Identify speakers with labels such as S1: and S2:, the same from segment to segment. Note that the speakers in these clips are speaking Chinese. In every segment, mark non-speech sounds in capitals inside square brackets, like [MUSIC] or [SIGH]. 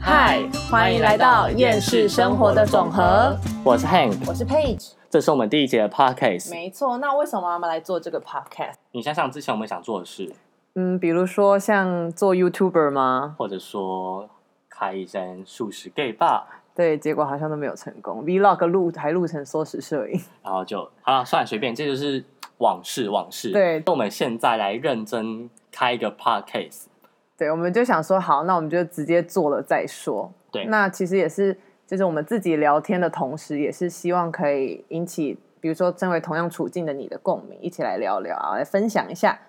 S1: 嗨，欢迎来到厌世生活的总和。
S2: 我是 Hank，
S1: 我是 Page，
S2: 这是我们第一节的 Podcast。
S1: 没错。那为什么我们来做这个 podcast？
S2: 你想想之前我们想做的事，
S1: 嗯，比如说像做 YouTuber 吗？
S2: 或者说开一间素食 gay bar，
S1: 对，结果好像都没有成功。Vlog 录还录成缩时摄影， [LAUGHS]
S2: 然后就好了，算了，随便，这就是往事往事。
S1: 对
S2: 那我们现在来认真开一个 Podcast。
S1: 对，我们就想说，好，那我们就直接做了再说。
S2: 对
S1: 那其实也是，就是我们自己聊天的同时，也是希望可以引起，比如说身为同样处境的你的共鸣，一起来聊聊啊，来分享一下。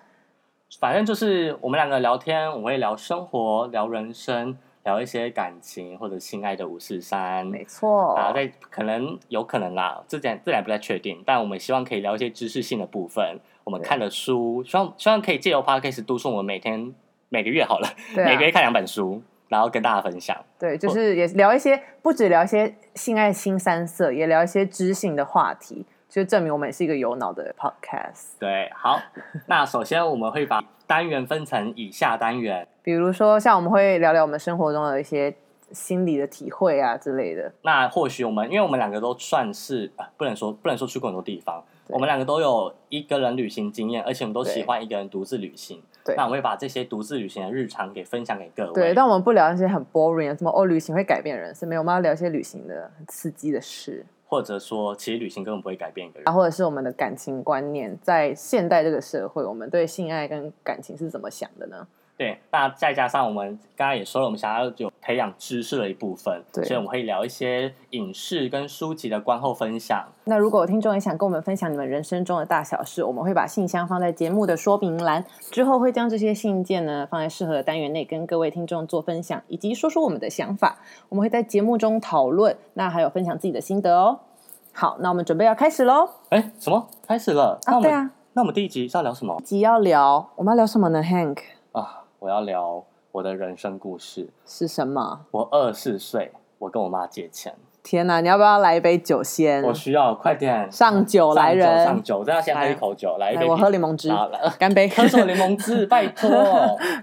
S2: 反正就是我们两个聊天，我们会聊生活、聊人生、聊一些感情或者性爱的五四三。
S1: 没错，
S2: 啊，在可能有可能啦，这点这点不太确定，但我们希望可以聊一些知识性的部分，我们
S1: 对
S2: 看的书，希望希望可以借由 podcast 督促我们每天每个月好了，
S1: 对啊
S2: 每个月看两本书，然后跟大家分享。
S1: 对，就是也聊一些，不止聊一些性爱新三色，也聊一些知性的话题，就证明我们也是一个有脑的 podcast。
S2: 对，
S1: [LAUGHS]
S2: 好，那首先我们会把单元分成以下单元，
S1: 比如说，像我们会聊聊我们生活中的一些心理的体会啊之类的。
S2: 那或许我们因为我们两个都算是、啊不能说不能说去过很多地方，
S1: 对
S2: 我们两个都有一个人旅行经验，而且我们都
S1: 对
S2: 喜欢一个人独自旅行。
S1: 对
S2: 那我们会把这些独自旅行的日常给分享给各位。
S1: 对，但我们不聊那些很 boring 啊，什么哦，旅行会改变人生，没有，我们要聊一些旅行的很刺激的事
S2: 或者说，其实旅行根本不会改变一个人
S1: 啊，。或者是我们的感情观念，在现代这个社会，我们对性爱跟感情是怎么想的呢？
S2: 对，那再加上我们刚刚也说了，我们想要有培养知识的一部分，
S1: 对
S2: 所以我们会聊一些影视跟书籍的观后分享。
S1: 那如果有听众也想跟我们分享你们人生中的大小事，我们会把信箱放在节目的说明栏，之后会将这些信件呢放在适合的单元内跟各位听众做分享，以及说说我们的想法。我们会在节目中讨论，那还有分享自己的心得哦。好，那我们准备要开始喽。
S2: 哎，什么？开始了？那我们、
S1: 对啊
S2: 那我们第一集是要聊什么
S1: 集要聊，我们要聊什么呢？Hank
S2: 啊？我要聊我的人生故事。
S1: 是什么？
S2: 我二十四岁，我跟我妈借钱，
S1: 天哪，你要不要来一杯酒先？
S2: 我需要快点
S1: 嗯上酒来人
S2: 上酒，我真的要先喝一口酒，来一
S1: 来，
S2: 杯，
S1: 我喝柠檬汁，
S2: 好了
S1: 干杯！
S2: 喝什
S1: [LAUGHS]
S2: 么柠檬汁？拜托，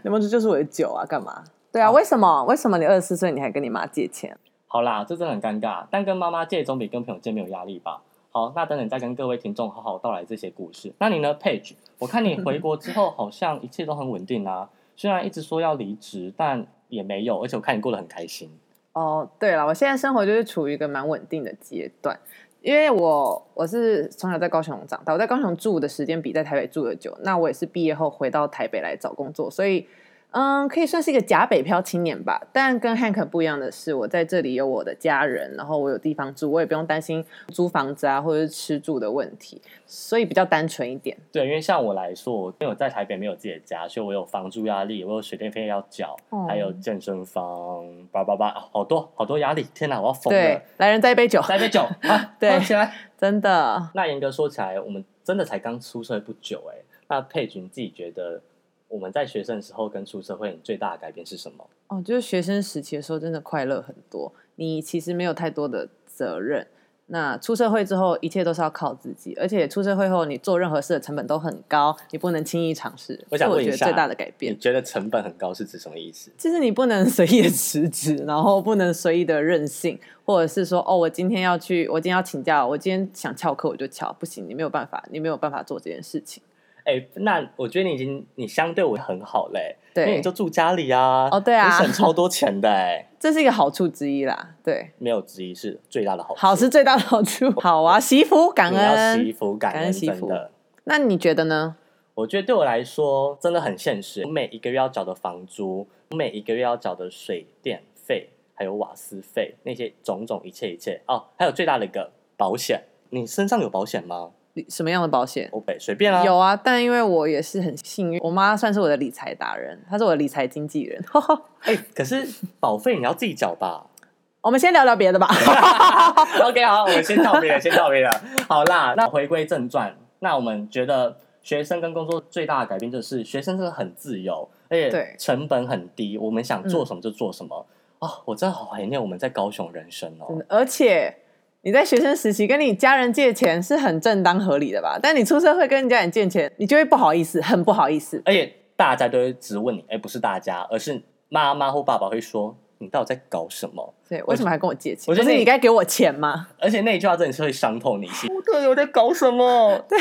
S1: 柠檬汁就是我的酒啊，干嘛？对啊，为什么？为什么你二十四岁你还跟你妈借钱？
S2: 好啦，这真的很尴尬，但跟妈妈借总比跟朋友借没有压力吧？好，那等等再跟各位听众好好道来这些故事。那你呢，Page？我看你回国之
S1: [LAUGHS]
S2: 后好像一切都很稳定啊，虽然一直说要离职，但也没有，而且我看你过得很开心。
S1: 哦，对了，我现在生活就是处于一个蛮稳定的阶段，因为我我是从小在高雄长大，我在高雄住的时间比在台北住的久，那我也是毕业后回到台北来找工作，所以嗯，可以算是一个假北漂青年吧。但跟 Hank 不一样的是，我在这里有我的家人，然后我有地方住，我也不用担心租房子啊或者是吃住的问题，所以比较单纯一点。
S2: 对，因为像我来说，我因为我在台北没有自己的家，所以我有房租压力，我有水电费要缴，
S1: 哦
S2: 还有健身房，叭叭叭，好多好多压力，天哪，我要疯了
S1: 对！，来人再一杯酒，
S2: 来杯
S1: [LAUGHS]
S2: 酒，啊，
S1: 对
S2: 喝起来。
S1: [LAUGHS] 真的。
S2: 那严格说起来，我们真的才刚出社会不久哎、那佩君自己觉得我们在学生的时候跟出社会你最大的改变是什么？
S1: 哦，就是学生时期的时候，真的快乐很多。你其实没有太多的责任。那出社会之后，一切都是要靠自己，而且出社会后，你做任何事的成本都很高，你不能轻易尝试。
S2: 我想
S1: 这我
S2: 问一
S1: 觉得
S2: 下嗯
S1: 最大的改
S2: 你
S1: 变，
S2: 觉得成本很高是指什么意思？
S1: 就是你不能 [LAUGHS] 随意的辞职，然后不能随意的任性，或者是说，哦，我今天要去，我今天要请假，我今天想翘课我就翘，不行，你没有办法，你没有办法做这件事情。
S2: 哎、那我觉得你已经你相对我很好嘞、因为
S1: 对
S2: 你就，住家里啊，
S1: 哦对啊
S2: 你省超多钱的哎、
S1: 这是一个好处之一啦。对，
S2: 没有之一是最大的好处。
S1: 好是最大的好处。好啊，媳妇感
S2: 你要惜
S1: 恩。
S2: 福感
S1: 感
S2: 恩
S1: 恩惜
S2: 真
S1: 福
S2: 的。
S1: 那你觉得呢？
S2: 我觉得对我来说真的很现实，我每一个月要缴的房租，我每一个月要缴的水电费，还有瓦斯费，那些种种一切一切哦，还有最大的一个保险。你身上有保险吗？
S1: 理什么样的保险？
S2: 我北随便啦、
S1: 有啊，但因为我也是很幸运，我妈算是我的理财达人，她是我的理财经纪人。 [LAUGHS]
S2: 哎、可是保费你要自己缴吧。
S1: 我们先聊聊别的吧。
S2: OK，好，我们先到别了，先到别了。好啦，那回归正传，那我们觉得学生跟工作最大的改变就是学生真的很自由，而
S1: 对嗯
S2: 且成本很低，我们想做什么就做什么。哦，我真的好怀念我们在高雄人生哦。
S1: 真的 [LAUGHS] 而且你在学生时期跟你家人借钱是很正当合理的吧？但你出社会跟人家人借钱，你就会不好意思，很不好意思。
S2: 而且大家都会直问你，哎，不是大家，而是妈妈或爸爸会说：“你到底在搞什么？
S1: 所以为什么还跟我借钱？
S2: 我觉
S1: 不
S2: 得
S1: 是
S2: 那
S1: 你该给我钱吗？
S2: 而且那一句话真的是会伤透你
S1: [LAUGHS]
S2: 心。我到底我在搞什么？对，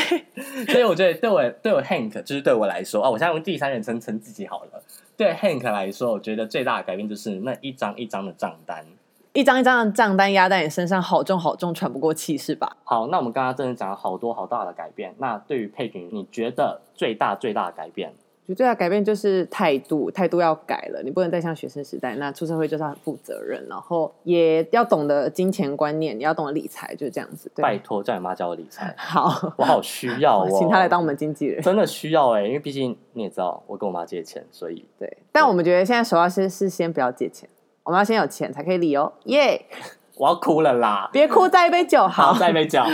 S2: 所以我觉得对我对我 Hank 就是对我来说啊，我现在用第三人称称自己好了。对 Hank 来说，我觉得最大的改变就是那一张一张的账单。
S1: 一张一张的账单压在你身上，好重好重，喘不过气是吧？
S2: 好，那我们刚刚真的讲了好多好大的改变。那对于佩君，你觉得最大最大的改变？
S1: 我觉得最大的改变就是态度，态度要改了，你不能再像学生时代，那出社会就是要很负责任，然后也要懂得金钱观念，你要懂得理财，就是这样子。
S2: 拜
S1: 对，啊
S2: 托，叫你妈教我理财， [LAUGHS]
S1: 好，
S2: 我好需要哦。
S1: [LAUGHS] 请他来
S2: [LAUGHS]
S1: 当我们经纪人。
S2: 真的需要哎、因为毕竟你也知道，我跟我妈借钱，所以
S1: 对，但我们觉得现在首要是是先不要借钱，我们要先有钱才可以理哦，耶、
S2: 我要哭了啦。
S1: 别哭，再一杯酒，好
S2: 好，。再没讲。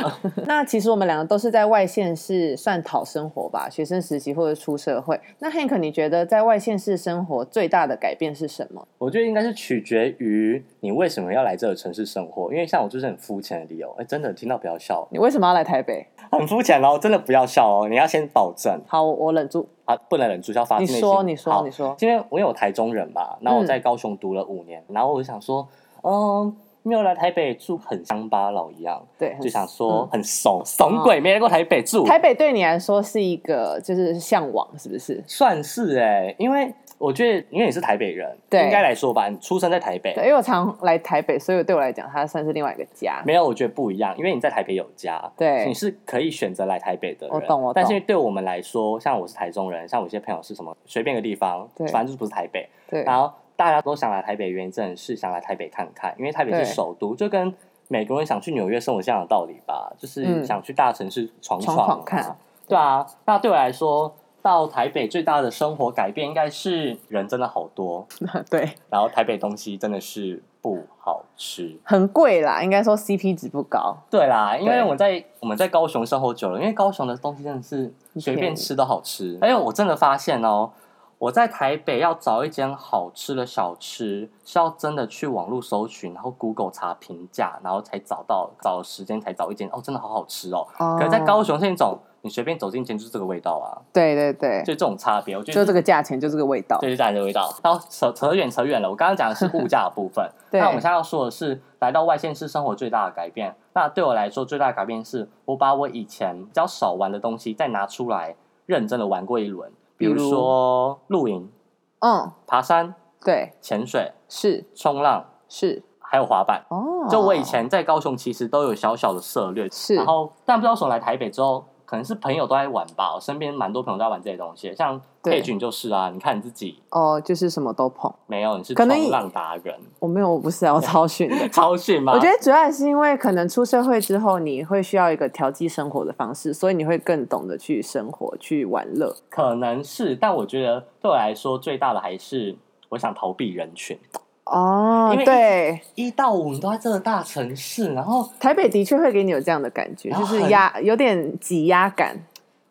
S1: 那其实我们两个都是在外县市算讨生活吧，学生实习或者出社会。那 Hank，你觉得在外县市生活最大的改变是什么？
S2: [LAUGHS] 我觉得应该是取决于你为什么要来这个城市生活，因为像我就是很肤浅的理由。哎、真的听到不要笑，
S1: 你为什么要来台北？
S2: 很肤浅哦，真的不要笑哦，你要先保证
S1: 好，我我忍住。
S2: 啊，不能忍住要发自
S1: 你
S2: 内心。
S1: 说，你
S2: 好
S1: 说，嗯你说。
S2: 因为我有台中人嘛，然后我在高雄读了五年，然后我就想说，嗯，没有来台北住很乡巴佬一样，
S1: 对，很嗯
S2: 就想说很怂，怂鬼没来过台北住，
S1: 台北对你来说是一个就是向往，是不是？
S2: 算是哎、因为我觉得因为你是台北人，
S1: 对
S2: 应该来说吧，你出生在台北
S1: 对，，因为我常来台北，所以对我来讲，它算是另外一个家。
S2: 没有，我觉得不一样，因为你在台北有家，
S1: 对
S2: 你是可以选择来台北的人。
S1: 我懂我懂
S2: 但是对我们来说，像我是台中人，像我一些朋友是什么随便一个地方，
S1: 对
S2: 反正就是不是台北。
S1: 对，
S2: 然后大家都想来台北，原因真的是想来台北看看，因为台北
S1: 对
S2: 是首都，就跟美国人想去纽约生活是一样的道理吧，就是
S1: 嗯
S2: 想去大城市闯
S1: 闯
S2: 啊
S1: 闯看。
S2: 对啊，那对我来说，到台北最大的生活改变应该是人真的好多，
S1: [LAUGHS] 对，
S2: 然后台北东西真的是不好吃。
S1: 很贵啦，应该说 CP 值不高。
S2: 对啦，因为
S1: 对
S2: 我在我们在高雄生活久了，因为高雄的东西真的是随
S1: 便宜
S2: 便吃都好吃。而且我真的发现哦，我在台北要找一间好吃的小吃，是要真的去网络搜寻，然后 Google 查评价，然后才找到，找时间才找一间哦，真的好好吃哦。
S1: 哦
S2: 可是在高雄是那种你随便走进一间就是这个味道啊，
S1: 对对对，
S2: 就这种差别，我觉
S1: 就
S2: 得。
S1: 这个价钱，就这个味道。
S2: 对，就是这样的味道。然后扯扯远扯远了，我刚刚讲的是物价的部分。
S1: 对
S2: 那我们现在要说的是，来到外县市生活最大的改变。那对我来说，最大的改变是我把我以前比较少玩的东西再拿出来，认真的玩过一轮。比
S1: 比
S2: 如
S1: 如
S2: 说露营、
S1: 嗯，
S2: 爬山、
S1: 对，
S2: 潜水、
S1: 是
S2: 冲浪，
S1: 是
S2: 还有滑板。
S1: 哦。
S2: 就我以前在高雄其实都有小小的涉略，
S1: 是
S2: 然后但不知道为什么来台北之后，可能是朋友都在玩吧，我身边蛮多朋友都在玩这些东西，像
S1: 对
S2: 佩君就是啊，你看你自己
S1: 哦，就是什么都碰。
S2: 没有，你是
S1: 可
S2: 冲
S1: 能
S2: 浪达人， [LAUGHS]
S1: 我没有，我不是啊，我超逊的。
S2: 超逊吗？
S1: 我觉得主要还是因为可能出社会之后，你会需要一个调剂生活的方式，所以你会更懂得去生活、去玩乐。
S2: 可能是，但我觉得对我来说最大的还是我想逃避人群。
S1: 哦
S2: 因为
S1: 对，
S2: 一到五你都在这个大城市，然后
S1: 台北的确会给你有这样的感觉，
S2: 然
S1: 就
S2: 后
S1: 是
S2: 哦很
S1: 压有点挤压感。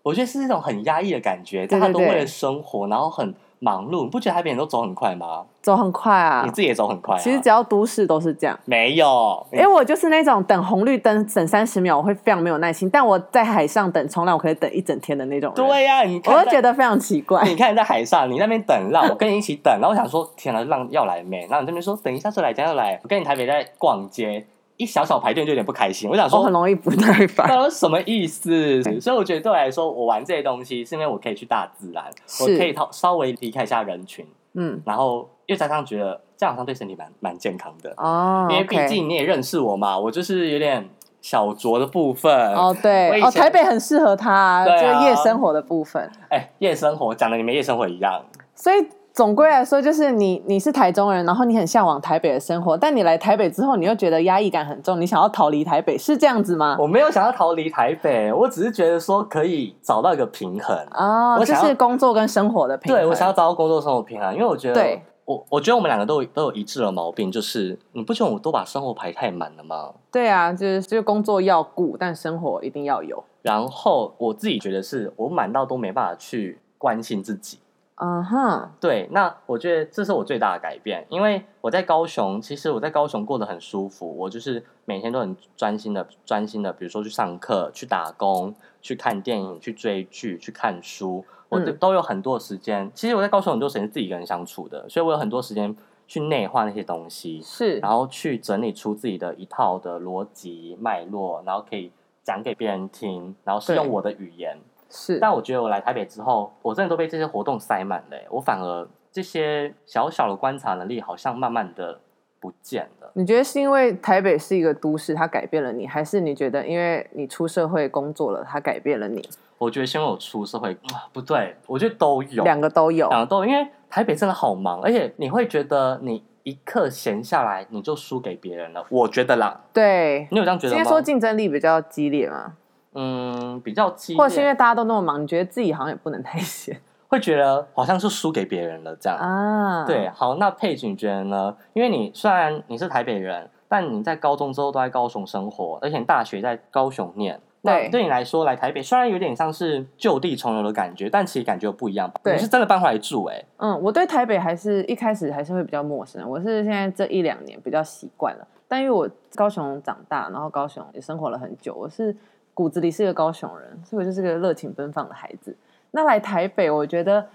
S2: 我觉得是一种很压抑的感觉，
S1: 对
S2: 大家都
S1: 对对
S2: 为了生活，然后很忙碌。你不觉得台北人都走很快吗？
S1: 走很快啊
S2: 你，自己也走很快、啊。嗯
S1: 其实只哎要都市都是这样。
S2: 没有，
S1: 因为我就是那种等红绿灯等三十秒我会非常没有耐心，但我在海上等冲浪我可以等一整天的那种人，
S2: 对呀、你看
S1: 我
S2: 在
S1: 就觉得非常奇怪。
S2: 你看你在海上，你那边等浪，
S1: [LAUGHS]
S2: 我跟你一起等，然后我想说，天哪，浪要来没？然后你这边说等一下就来，等一下就来。我跟你台北在逛街，一小小排队就有点不开心，我想
S1: 我
S2: 说
S1: 很。容易不耐烦，
S2: [LAUGHS] 到底是什么意思？所以我觉得对我来说，我玩这些东西是因为我可以去大自然，
S1: 是
S2: 我可以稍稍微离开一下人群，
S1: 嗯，
S2: 然后又加上觉得这样好像对身体蛮蛮健康的，
S1: 哦，
S2: 因为毕
S1: OK
S2: 竟你也认识我嘛，我就是有点小酌的部分。
S1: 哦，
S2: 我以
S1: 对，哦，
S2: 前
S1: 台北很适合他、
S2: 对啊
S1: 就是夜生活的部分。
S2: 哎，夜生活讲的你们夜生活一样，
S1: 所以总归来说，就是你你是台中人，然后你很向往台北的生活，但你来台北之后，你又觉得压抑感很重，你想要逃离台北，是这样子吗？
S2: 我没有想要逃离台北，我只是觉得说可以找到一个平衡。
S1: 哦，
S2: 我
S1: 就
S2: 想要
S1: 是工作跟生活的平衡。
S2: 对我想要找到工作生活平衡，因为我觉得
S1: 对
S2: 我我觉得我们两个都有都有一致的毛病，就是你不觉得我都把生活排太满了吗？
S1: 对啊，就是就是工作要顾，但生活一定要有。
S2: 然后我自己觉得是我满到都没办法去关心自己。
S1: 嗯哼，
S2: 对，那我觉得这是我最大的改变，因为我在高雄，其实我在高雄过得很舒服，我就是每天都很专心的、专心的，比如说去上课、去打工、去看电影、去追剧、去看书，我都
S1: 嗯
S2: 都有很多时间。其实我在高雄很多时间是自己一个人相处的，所以我有很多时间去内化那些东西，
S1: 是
S2: 然后去整理出自己的一套的逻辑脉络，然后可以讲给别人听，然后是
S1: 对
S2: 用我的语言。
S1: 是，
S2: 但我觉得我来台北之后，我真的都被这些活动塞满了欸、我反而这些小小的观察能力好像慢慢的不见了。
S1: 你觉得是因为台北是一个都市，它改变了你，还是你觉得因为你出社会工作了，它改变了你？
S2: 我觉得先我出社会，啊不对，我觉得都有
S1: 两个都有，
S2: 两个都有，因为台北真的好忙，而且你会觉得你一刻闲下来你就输给别人了。我觉得啦，
S1: 对，
S2: 你有这样觉
S1: 应
S2: 得
S1: 该说
S2: 吗？
S1: 竞争力比较激烈嘛，
S2: 嗯，比较激
S1: 或者是因
S2: 烈，
S1: 为大家都那么忙，你觉得自己好像也不能太闲
S2: 会觉得好像是输给别人了这样。
S1: 啊？
S2: 对，，好，那佩君你觉得呢？因为你虽然你是台北人，但你在高中之后都在高雄生活，而且你大学在高雄念。那
S1: 对
S2: 对你来说，来台北虽然有点像是就地重游的感觉，但其实感觉不一样吧？
S1: 对
S2: 你是真的搬回来住哎、
S1: 嗯，我对台北还是一开始还是会比较陌生，我是现在这一两年比较习惯了，但因为我高雄长大，然后高雄也生活了很久，我是骨子里是个高雄人，所以我就是个热情奔放的孩子。那来台北，我觉得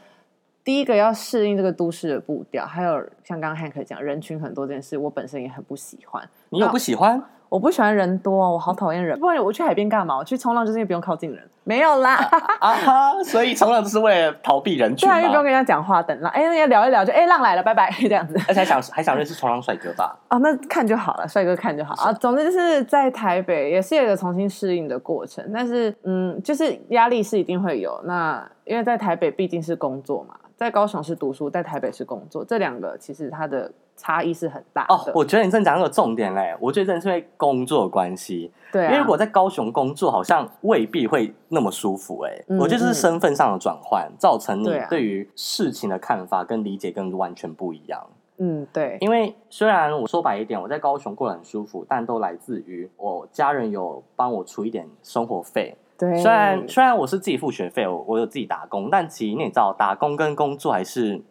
S1: 第一个要适应这个都市的步调，还有像刚刚 Hank 讲人群很多这件事，我本身也很不喜欢。
S2: 你有
S1: 那
S2: 不喜欢？
S1: 我不喜欢人多，我好讨厌人。不然我去海边干嘛？我去冲浪就是因为不用靠近人，没有啦。
S2: 啊哈，所以冲浪就是为了逃避人群
S1: [LAUGHS] 对啊，又不用
S2: 嘛，
S1: 跟人家讲话，等浪。哎，人家聊一聊就哎浪来了，拜 [LAUGHS] 拜这样子。
S2: 而且还想还想认识冲浪帅哥
S1: [LAUGHS]
S2: 吧？
S1: 啊，那看就好了，帅哥看就好啊。总之就是在台北也是有一个重新适应的过程，但是嗯，就是压力是一定会有。那因为在台北毕竟是工作嘛，在高雄是读书，在台北是工作，这两个其实它的差异是很大的。
S2: 哦，我觉得你正讲到个重点嘞，我觉得真的是因为工作的关系，
S1: 对
S2: 因为
S1: 啊
S2: 如，果在高雄工作，好像未必会那么舒服哎、
S1: 嗯
S2: 我觉得这是身份上的转换，造成你
S1: 对啊
S2: 对于事情的看法跟理解跟完全不一样。
S1: 嗯，对，
S2: 因为虽然我说白一点，我在高雄过得很舒服，但都来自于我家人有帮我出一点生活费。
S1: 对，
S2: 虽然虽然我是自己付学费，我我有自己打工，但其实你也知道，打工跟工作还是嘖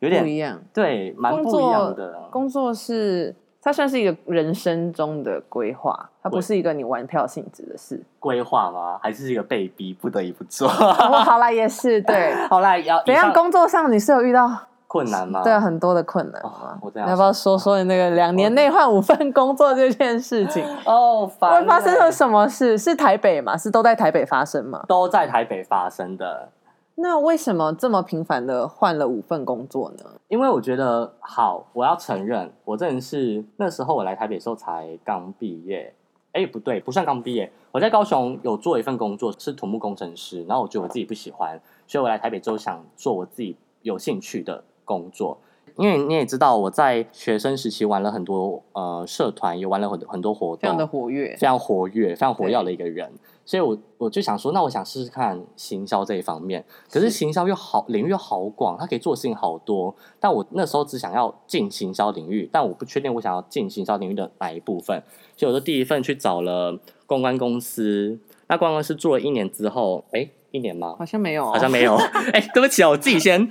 S2: 有
S1: 不
S2: 点
S1: 一样，
S2: 对蛮不一样的。
S1: 工作是它算是一个人生中的规划，它不
S2: 对
S1: 是一个你玩票性质的
S2: [LAUGHS]
S1: 事。
S2: 规划吗？还是一个被逼不得已不做？ [LAUGHS]
S1: 哦，好啦，也是对。
S2: 好啦，要
S1: 怎
S2: 以
S1: 样？
S2: 上
S1: 工作上你是有遇到
S2: 困难吗？
S1: 对啊，很多的困难
S2: 哦
S1: 嘛。
S2: 我这
S1: 你
S2: 样
S1: 要不要说说你那个两年内换五份工作这件事情？
S2: 哦， [LAUGHS] 烦
S1: 会发生
S2: 欸
S1: 了什么事？是台北嘛？是都在台北发生吗？
S2: 都在台北发生的。
S1: 那为什么这么频繁的换了五份工作呢？
S2: 因为我觉得，好，我要承认，我真的是那时候我来台北的时候才刚毕业，哎，不对，不算刚毕业，我在高雄有做一份工作是土木工程师，然后我觉得我自己不喜欢，所以我来台北之后想做我自己有兴趣的工作。因为你也知道，我在学生时期玩了很多呃社团，也玩了很很多活动，
S1: 非常的活跃，
S2: 非常活跃、非常活跃的一个人，所以我我就想说，那我想试试看行销这一方面。可是
S1: 是
S2: 行销又好，领域又好广，它可以做的事情好多。但我那时候只想要进行销领域，但我不确定我想要进行销领域的哪一部分，所以我就第一份去找了公关公司。那公关公司做了一年之后，哎，一年吗？
S1: 好像没有哦，
S2: 好像没有。 [LAUGHS] 哎、对不起哦，我自己先，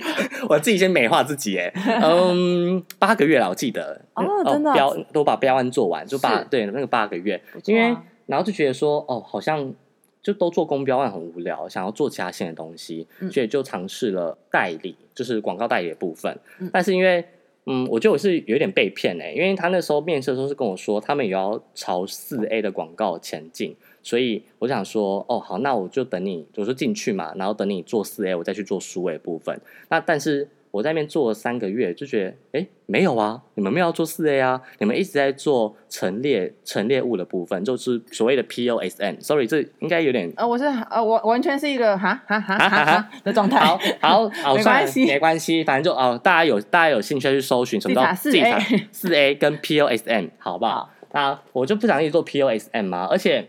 S2: 我自己先美化自己。哎，嗯，八个月了，我记得。
S1: 哦
S2: 嗯
S1: 真的啊
S2: 标都把标案做完，就八
S1: 是
S2: 对那个八个月，
S1: 不错啊
S2: 因为然后就觉得说，哦，好像就都做公标案很无聊，想要做其他线的东西，
S1: 嗯
S2: 所以就尝试了代理，就是广告代理的部分。
S1: 嗯
S2: 但是因为嗯，我觉得我是有点被骗哎、因为他那时候面试的时候是跟我说，他们也要朝四 A 的广告前进，所以我想说，哦，好，那我就等你，我就进去嘛，然后等你做四 A，我再去做数位部分。那但是我在那边做了三个月，就觉得哎，没有啊，你们没有要做四 A 啊，你们一直在做陈列陈列物的部分，就是所谓的 POSM，sorry，这应该有点啊
S1: 呃，我是呃，我完全是一个哈哈啊哈
S2: 哈
S1: 哈哈的状 [LAUGHS] 态。
S2: 好好好，
S1: 没
S2: 算了
S1: 关系
S2: 没关系，反正就哦，大家有大家有兴趣要去搜寻什么叫
S1: 自查 4A
S2: 四 A 跟 POSM，好不好
S1: 好？
S2: 那我就不想一直做 POSM 嘛，而且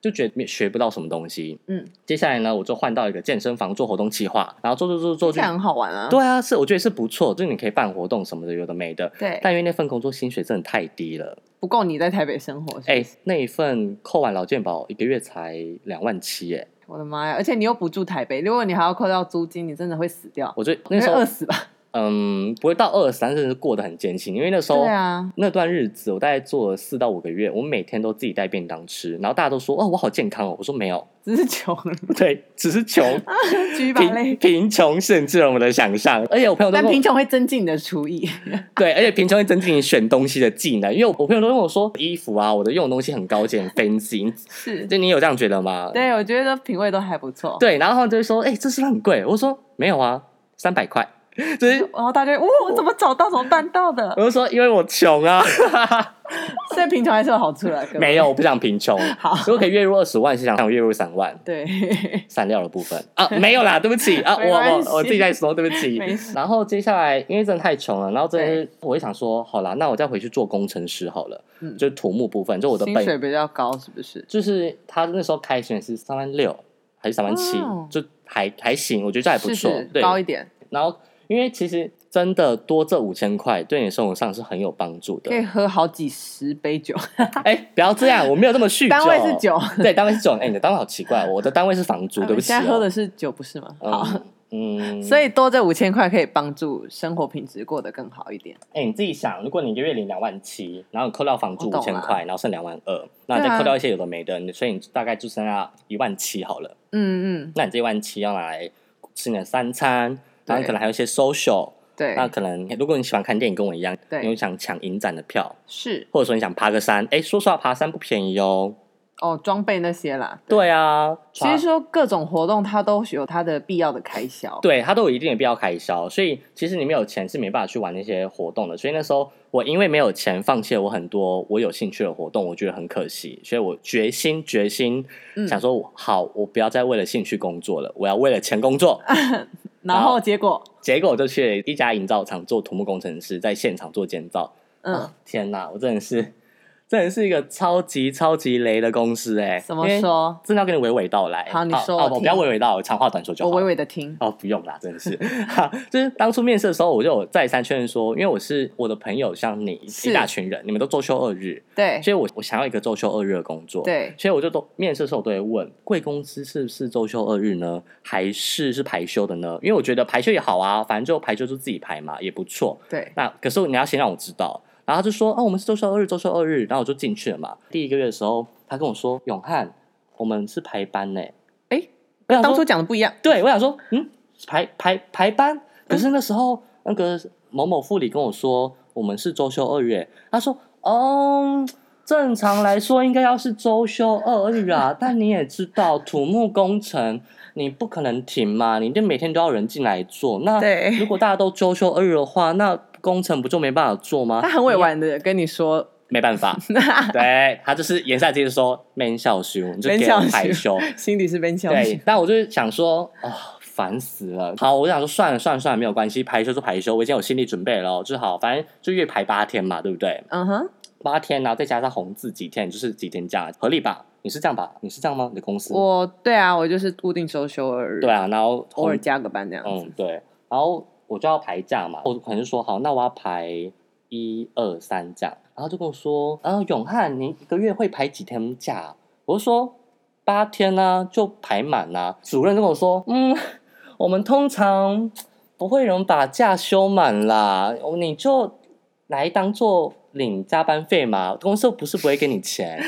S2: 就觉得学不到什么东西。
S1: 嗯，
S2: 接下来呢，我就换到一个健身房做活动企划，然后做做做做
S1: 这
S2: 就
S1: 样很好玩啊。
S2: 对啊，是我觉得是不错，就是你可以办活动什么的，有的没的。
S1: 对，
S2: 但因为那份工作薪水真的太低了，
S1: 不够你在台北生活。
S2: 哎、
S1: 哎，
S2: 那一份扣完劳健保一个月才两万七，哎，
S1: 我的妈呀！而且你又不住台北，如果你还要扣掉租金，你真的会死掉，
S2: 我就
S1: 你
S2: 那
S1: 会
S2: 时候
S1: 饿死吧？
S2: 嗯，不会到二三，甚至过得很艰辛，因为那时候
S1: 对啊，
S2: 那段日子，我大概做了四到五个月，我每天都自己带便当吃，然后大家都说哦，我好健康哦，我说没有， [LAUGHS]
S1: 只是穷， [LAUGHS]
S2: 对，只是穷，
S1: 啊举把
S2: 贫
S1: 类。
S2: 贫穷限制了我的想象，而且我朋友都
S1: 但
S2: 跟我
S1: 贫穷会增进你的厨艺，
S2: [LAUGHS] 对，而且贫穷会增进你选东西的技能，因为我朋友都跟我说衣服啊，我的用的东西很高级很 fancy，
S1: 是
S2: 就你有这样觉得吗？
S1: 对，我觉得品味都还不错。
S2: 对，然后他们就会说，哎、这是不是很贵？我说没有啊，三百块，就是
S1: 然后大家就，哇，我怎么找到，怎么办到的？
S2: [LAUGHS] 我就说因为我穷啊。
S1: 所以贫穷还是有好处的，各位
S2: 没有，我不想贫穷。
S1: [LAUGHS] 好
S2: 如果可以月入二十万，是想想月入三万，
S1: 对，
S2: 删掉了部分啊，没有啦，对不起啊，
S1: 没
S2: 我
S1: 关系
S2: 我我自己在说，对不起
S1: 没事。
S2: 然后接下来，因为真的太穷了，然后真的是，我也想说，好啦，那我再回去做工程师好了，
S1: 嗯
S2: 就是土木部分，就 [LAUGHS] 我的
S1: 薪水
S2: 本，
S1: 比较高，是不是？
S2: 就是他那时候开选是三万六还是三万七
S1: 哦，
S2: 就还还行，我觉得这还不
S1: 是
S2: 错
S1: 是，
S2: 对。
S1: 高一点，
S2: 然后因为其实真的多这五千块，对你生活上是很有帮助的
S1: 可。以喝好几十杯酒， [LAUGHS]
S2: 哎，不要这样，我没有这么酗酒。
S1: 单位是酒，
S2: [LAUGHS]
S1: 呃
S2: 对，单位是酒。哎、你的单位好奇怪，我的单位是房租，对不起、哦。
S1: 现在喝的是酒，不是吗？好，
S2: 嗯，嗯
S1: 所以多这五千块可以帮助生活品质过得更好一点。
S2: 哎、你自己想，如果你一个月领两万七，然后你扣掉房租
S1: 我
S2: 五
S1: 懂
S2: 千
S1: 啦
S2: 块，然后剩两万二，那你
S1: 对
S2: 再
S1: 啊
S2: 扣掉一些有的没的，你所以你大概就剩下一万七好了。
S1: 嗯嗯，
S2: 那你这一万七要拿来吃你的三餐，然后
S1: 对
S2: 可能还有一些 social。
S1: 对，
S2: 那可能如果你喜欢看电影，跟我一样，
S1: 对
S2: 你有想抢影展的票，
S1: 是
S2: 或者说你想爬个山，哎、说实话，爬山不便宜哦。
S1: 哦，装备那些啦。
S2: 对啊，
S1: 其
S2: 爬
S1: 实说各种活动，它都有它的必要的开销。
S2: 对，它都有一定的必要开销，所以其实你没有钱是没办法去玩那些活动的。所以那时候我因为没有钱，放弃了我很多我有兴趣的活动，我觉得很可惜，所以我决心决心、
S1: 嗯
S2: 想说，好，我不要再为了兴趣工作了，我要为了钱工作。
S1: 然后结果，
S2: 结果我就去了一家营造厂做土木工程师，在现场做建造。
S1: 嗯
S2: 啊，天哪，我真的是 [LAUGHS] 真的是一个超级超级雷的公司哎、
S1: 怎么
S2: 因为？
S1: 说？
S2: 真的要跟你娓娓道来。
S1: 好你说
S2: 好我
S1: 我
S2: 不
S1: 听
S2: 要娓娓道来，我长话短说就
S1: 我
S2: 好。
S1: 娓娓的听。
S2: 哦，不用啦，真的是， [LAUGHS] 哈就是当初面试的时候，我就有再三确认说，因为我是我的朋友，像你
S1: 是
S2: 一大群人，你们都周休二日，
S1: 对
S2: 所以我我想要一个周休二日的工作，，
S1: 对，
S2: 所以我就都面试的时候我都会问，贵公司是不是周休二日呢，还是是排休的呢？因为我觉得排休也好啊，反正就排休就自己排嘛，也不错。
S1: 对，
S2: 那可是你要先让我知道，然后他就说，哦，我们是周休二日，周休二日，然后我就进去了嘛。第一个月的时候，他跟我说，永汉，我们是排班呢、
S1: 哎
S2: 我想说
S1: 当初讲的不一样。
S2: 对，我想说，嗯，排排排
S1: 嗯
S2: 班，可是那时候那个某某副理跟我说，我们是周休二日欸，他说，哦，正常来说应该要是周休二日
S1: [LAUGHS]
S2: 啊，但你也知道，土木工程你不可能停嘛，你一定每天都要人进来做，那
S1: 对
S2: 如果大家都周休二日的话，那工程不就没办法做吗？
S1: 他很委
S2: 你
S1: 婉的跟你说，
S2: [LAUGHS] 没办
S1: [LAUGHS]
S2: 法，对他就是言下之意是说，man 小休，你就
S1: 免
S2: 给我
S1: 小
S2: 排
S1: 休
S2: 休。
S1: 心里是被笑
S2: 对，但我就是想说，啊、烦死了。好，我想说算了算了算了，没有关系，排休就排休，我已经有心理准备了哦。就是好，反正就月排八天嘛，对不对？
S1: 嗯哼，
S2: 八天，啊然后再加上红字几天，就是几天假，合理吧？你是这样吧？你是这样吗？你的公司？
S1: 我对啊，我就是固定周休二日，
S2: 对，啊，然后
S1: 偶
S2: 红
S1: 尔加个班这样子
S2: 嗯。对，然后我就要排假嘛，我可能就说好，那我要排一二三这样，然后就跟我说，呃，永汉，你一个月会排几天假？我就说八天啊，就排满啊。主任就跟我说，嗯，我们通常不会有人把假休满啦，哦你就来当做领加班费嘛，公司又不是不会给你钱。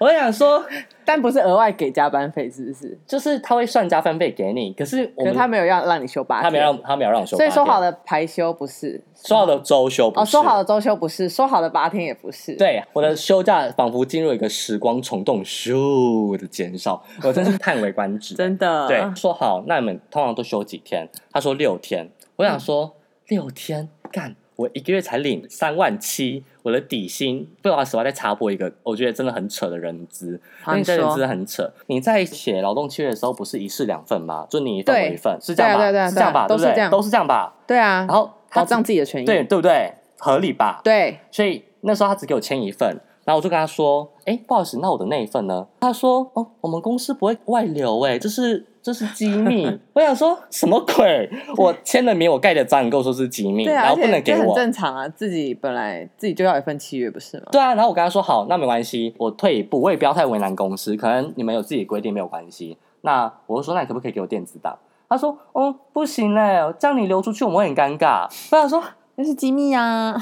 S2: 我就想说，
S1: 但不是额外给加班费，是不是？
S2: 就是他会算加班费给你，可是我
S1: 可是
S2: 们
S1: 他没有要让你休八天，
S2: 他没有让他没有让我休八
S1: 所以
S2: 天，
S1: 说好的排休不是，
S2: 说好的周休不
S1: 哦，
S2: 是
S1: 说好的周休不是，说好的八天也不是，，
S2: 对我的休假仿佛进入一个时光虫洞咻的减少，我真是叹为观止。
S1: [LAUGHS] 真的，
S2: 对，说好那你们通常都休几天？他说六天，我想
S1: 嗯
S2: 说、六天干。我一个月才领三万七，我的底薪，不好意思，我要再插播一个，我觉得真的很扯的人资，
S1: 好
S2: 因为
S1: 你
S2: 这人
S1: 说
S2: 资很扯。你在写劳动契约的时候，不是一式两份吗？就你一份
S1: 对
S2: 我一份，是这样吧？
S1: 对啊对啊对啊
S2: 是这样吧？
S1: 都是
S2: 对不对
S1: 这样
S2: 都是这样吧？
S1: 对啊，
S2: 然后他
S1: 保障自己的权益，
S2: 对对不对？合理吧？
S1: 对
S2: 所以那时候他只给我签一份，然后我就跟他说：“哎、不好意思，那我的那一份呢？”他说：“哦，我们公司不会外流、哎，这是这是机密。”我想说什么鬼？我签了名，我盖的章，你跟我说是机密，
S1: 对
S2: 嗯
S1: 啊，
S2: 然
S1: 而
S2: 后不能
S1: 且
S2: 给
S1: 这很
S2: 我。
S1: 正常啊，自己本来自己就要有一份契约，不是吗？
S2: 对啊，然后我跟他说好，那没关系，我退一步，我也不要太为难公司，可能你们有自己的规定没有关系。那我就说，那你可不可以给我电子档？他说：“哦，不行嘞，这样你流出去我们会很尴尬。” [LAUGHS] 我想啊说，
S1: 那是机密啊，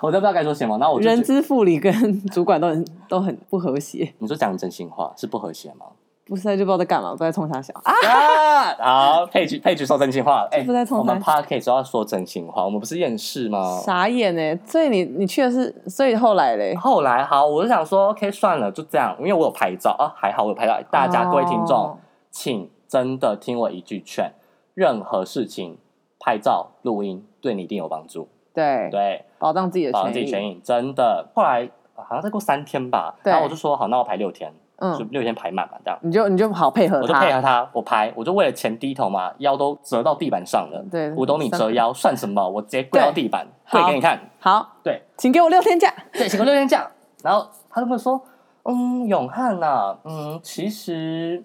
S2: 我都不知道该说什么。然后我就
S1: 人
S2: 觉得
S1: 资副理跟主管都很都很不和谐， [LAUGHS]
S2: 你说讲真心话是不和谐吗？
S1: 不是就不知道在干嘛，不知道在冲啥小啊，
S2: 啊，好，佩菊佩菊说真心话，哎、
S1: 不在冲
S2: 我们
S1: 他
S2: p a r k 要说真心话，我们不是厌世吗？
S1: 傻眼哎、所以你你去的是，所以后来嘞，
S2: 后来好，我就想说，OK，算了，就这样，因为我有拍照啊，还好我有拍照。大家、
S1: 哦
S2: 各位听众，请真的听我一句劝，任何事情拍照录音对你一定有帮助，
S1: 对，
S2: 对，
S1: 保障自己的
S2: 保
S1: 权
S2: 障
S1: 益，
S2: 自己权益，真的。后来好像再过三天吧，
S1: 对
S2: 然后我就说好，那我排六天，就
S1: 嗯，
S2: 六天排满嘛，这样。
S1: 你就你就好配合
S2: 我就
S1: 他，
S2: 配合他，我拍，我就为了钱低头嘛，腰都折到地板上了。
S1: 对
S2: 五斗米折腰算什么？我直接跪到地板，
S1: 对
S2: 跪
S1: 好
S2: 给你看。
S1: 好，
S2: 对，
S1: 请给我六天假，
S2: 对，请个六天假。然后他就跟我说，嗯，永汉呐、嗯，其实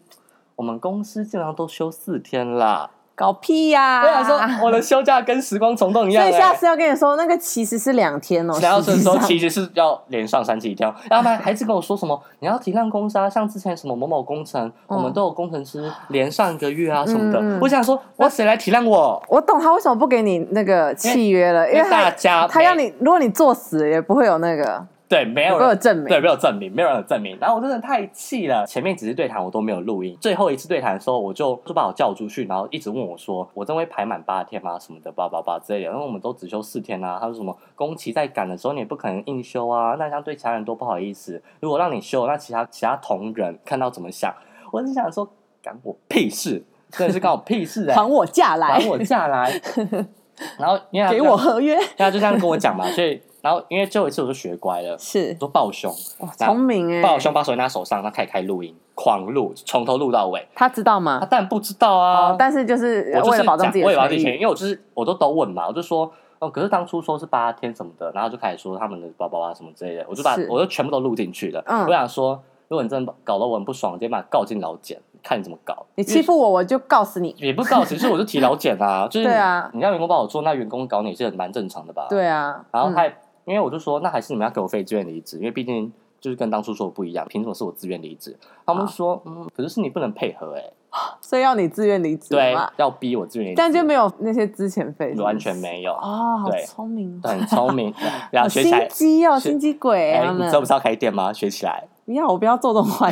S2: 我们公司基本上都休四天啦。
S1: 搞屁呀、
S2: 我
S1: [LAUGHS]
S2: 想说，我的休假跟时光虫洞一样、
S3: 啊所
S2: 欸。
S3: 以下次要跟你说，那个其实是两天哦。
S2: 然后
S3: 实
S2: 是
S3: 际
S2: 说
S3: 上
S2: 其实是要连上三级跳，然后呢，还是跟我说什么你要体谅公司啊，像之前什么某某工程，我
S3: 嗯
S2: 们都有工程师连上一个月啊什么
S1: 嗯
S2: 的
S1: 嗯。
S2: 我想说，我谁来体谅我？
S3: 我懂他为什么不给你那个契约了，因
S2: 因为
S3: 为
S2: 大
S3: 他
S2: 家
S3: 他
S2: 没
S3: 要你，如果你作死也不会有那个，
S2: 对没有
S3: 不会有
S2: 人
S3: 证明。
S2: 对没有证明，没有人有证明。然后我真的太气了，前面几次对谈我都没有录音，最后一次对谈的时候我就就把我叫出去，然后一直问我说我真会排满八天吗？什么的，叭叭叭之类的。因为我们都只休四天啊。他说什么工期在赶的时候你也不可能硬休啊，那这样对其他人多不好意思。如果让你休，那其他其他同仁看到怎么想？我只想说，干我屁事，真的是干我屁事哎、
S1: 还我假来
S2: 还，我下来。然后因为他
S1: 给
S2: 这样
S1: 我合约，
S2: 大家就这样跟我讲嘛，所以然后因为最后一次我就学乖了，
S1: 是
S2: 我说抱胸，然后
S3: 聪明
S1: 欸
S3: 哎、
S2: 抱胸把手机拿手上，然后开始开录音，狂录，从头录到尾。
S3: 他知道
S2: 他
S3: 吗？
S2: 当然不知道啊，
S3: 哦，但是就是
S2: 我就是
S3: 为了保障自己
S2: 讲我也保
S3: 的
S2: 障自己权
S3: 权
S2: 益，
S3: 益，
S2: 因为我就是我都都问嘛，我就说哦，可是当初说是八天什么的，然后就开始说他们的包包啊什么之类的，我就把
S3: 是
S2: 我就全部都录进去了。
S3: 嗯
S2: 我想说，如果你真的搞得我很不爽，我直接把你告进老检，看你怎么搞。
S3: 你欺负我，我就告死你。
S2: 也不告，只是我就提老检啊，就是
S3: [LAUGHS] 对啊
S2: 你让员工帮我做，那员工搞你是很蛮正常的吧？
S3: 对啊，
S2: 然后
S3: 嗯
S2: 他也、因为我就说，那还是你们要给我非自愿离职，因为毕竟就是跟当初说的不一样，凭什么是我自愿离职？他
S1: 啊
S2: 们就说，嗯，可是是你不能配合、欸，哎，
S1: 所以要你自愿离职
S2: 对
S1: 嘛，，
S2: 要逼我自愿离职，
S1: 但就没有那些资遣费，是不是
S2: 完全没有，
S1: 哦，好
S2: 对
S1: 聪明哦，
S2: 很聪明，然后
S1: [LAUGHS] 好
S2: 学起
S1: 心
S2: 来。
S1: 机哦，
S2: 学
S1: 心机鬼
S2: 哎、
S1: 他
S2: 你
S1: 们
S2: 知道，不是要开店吗？学起来，
S1: 你要我不要做这种坏
S2: [LAUGHS]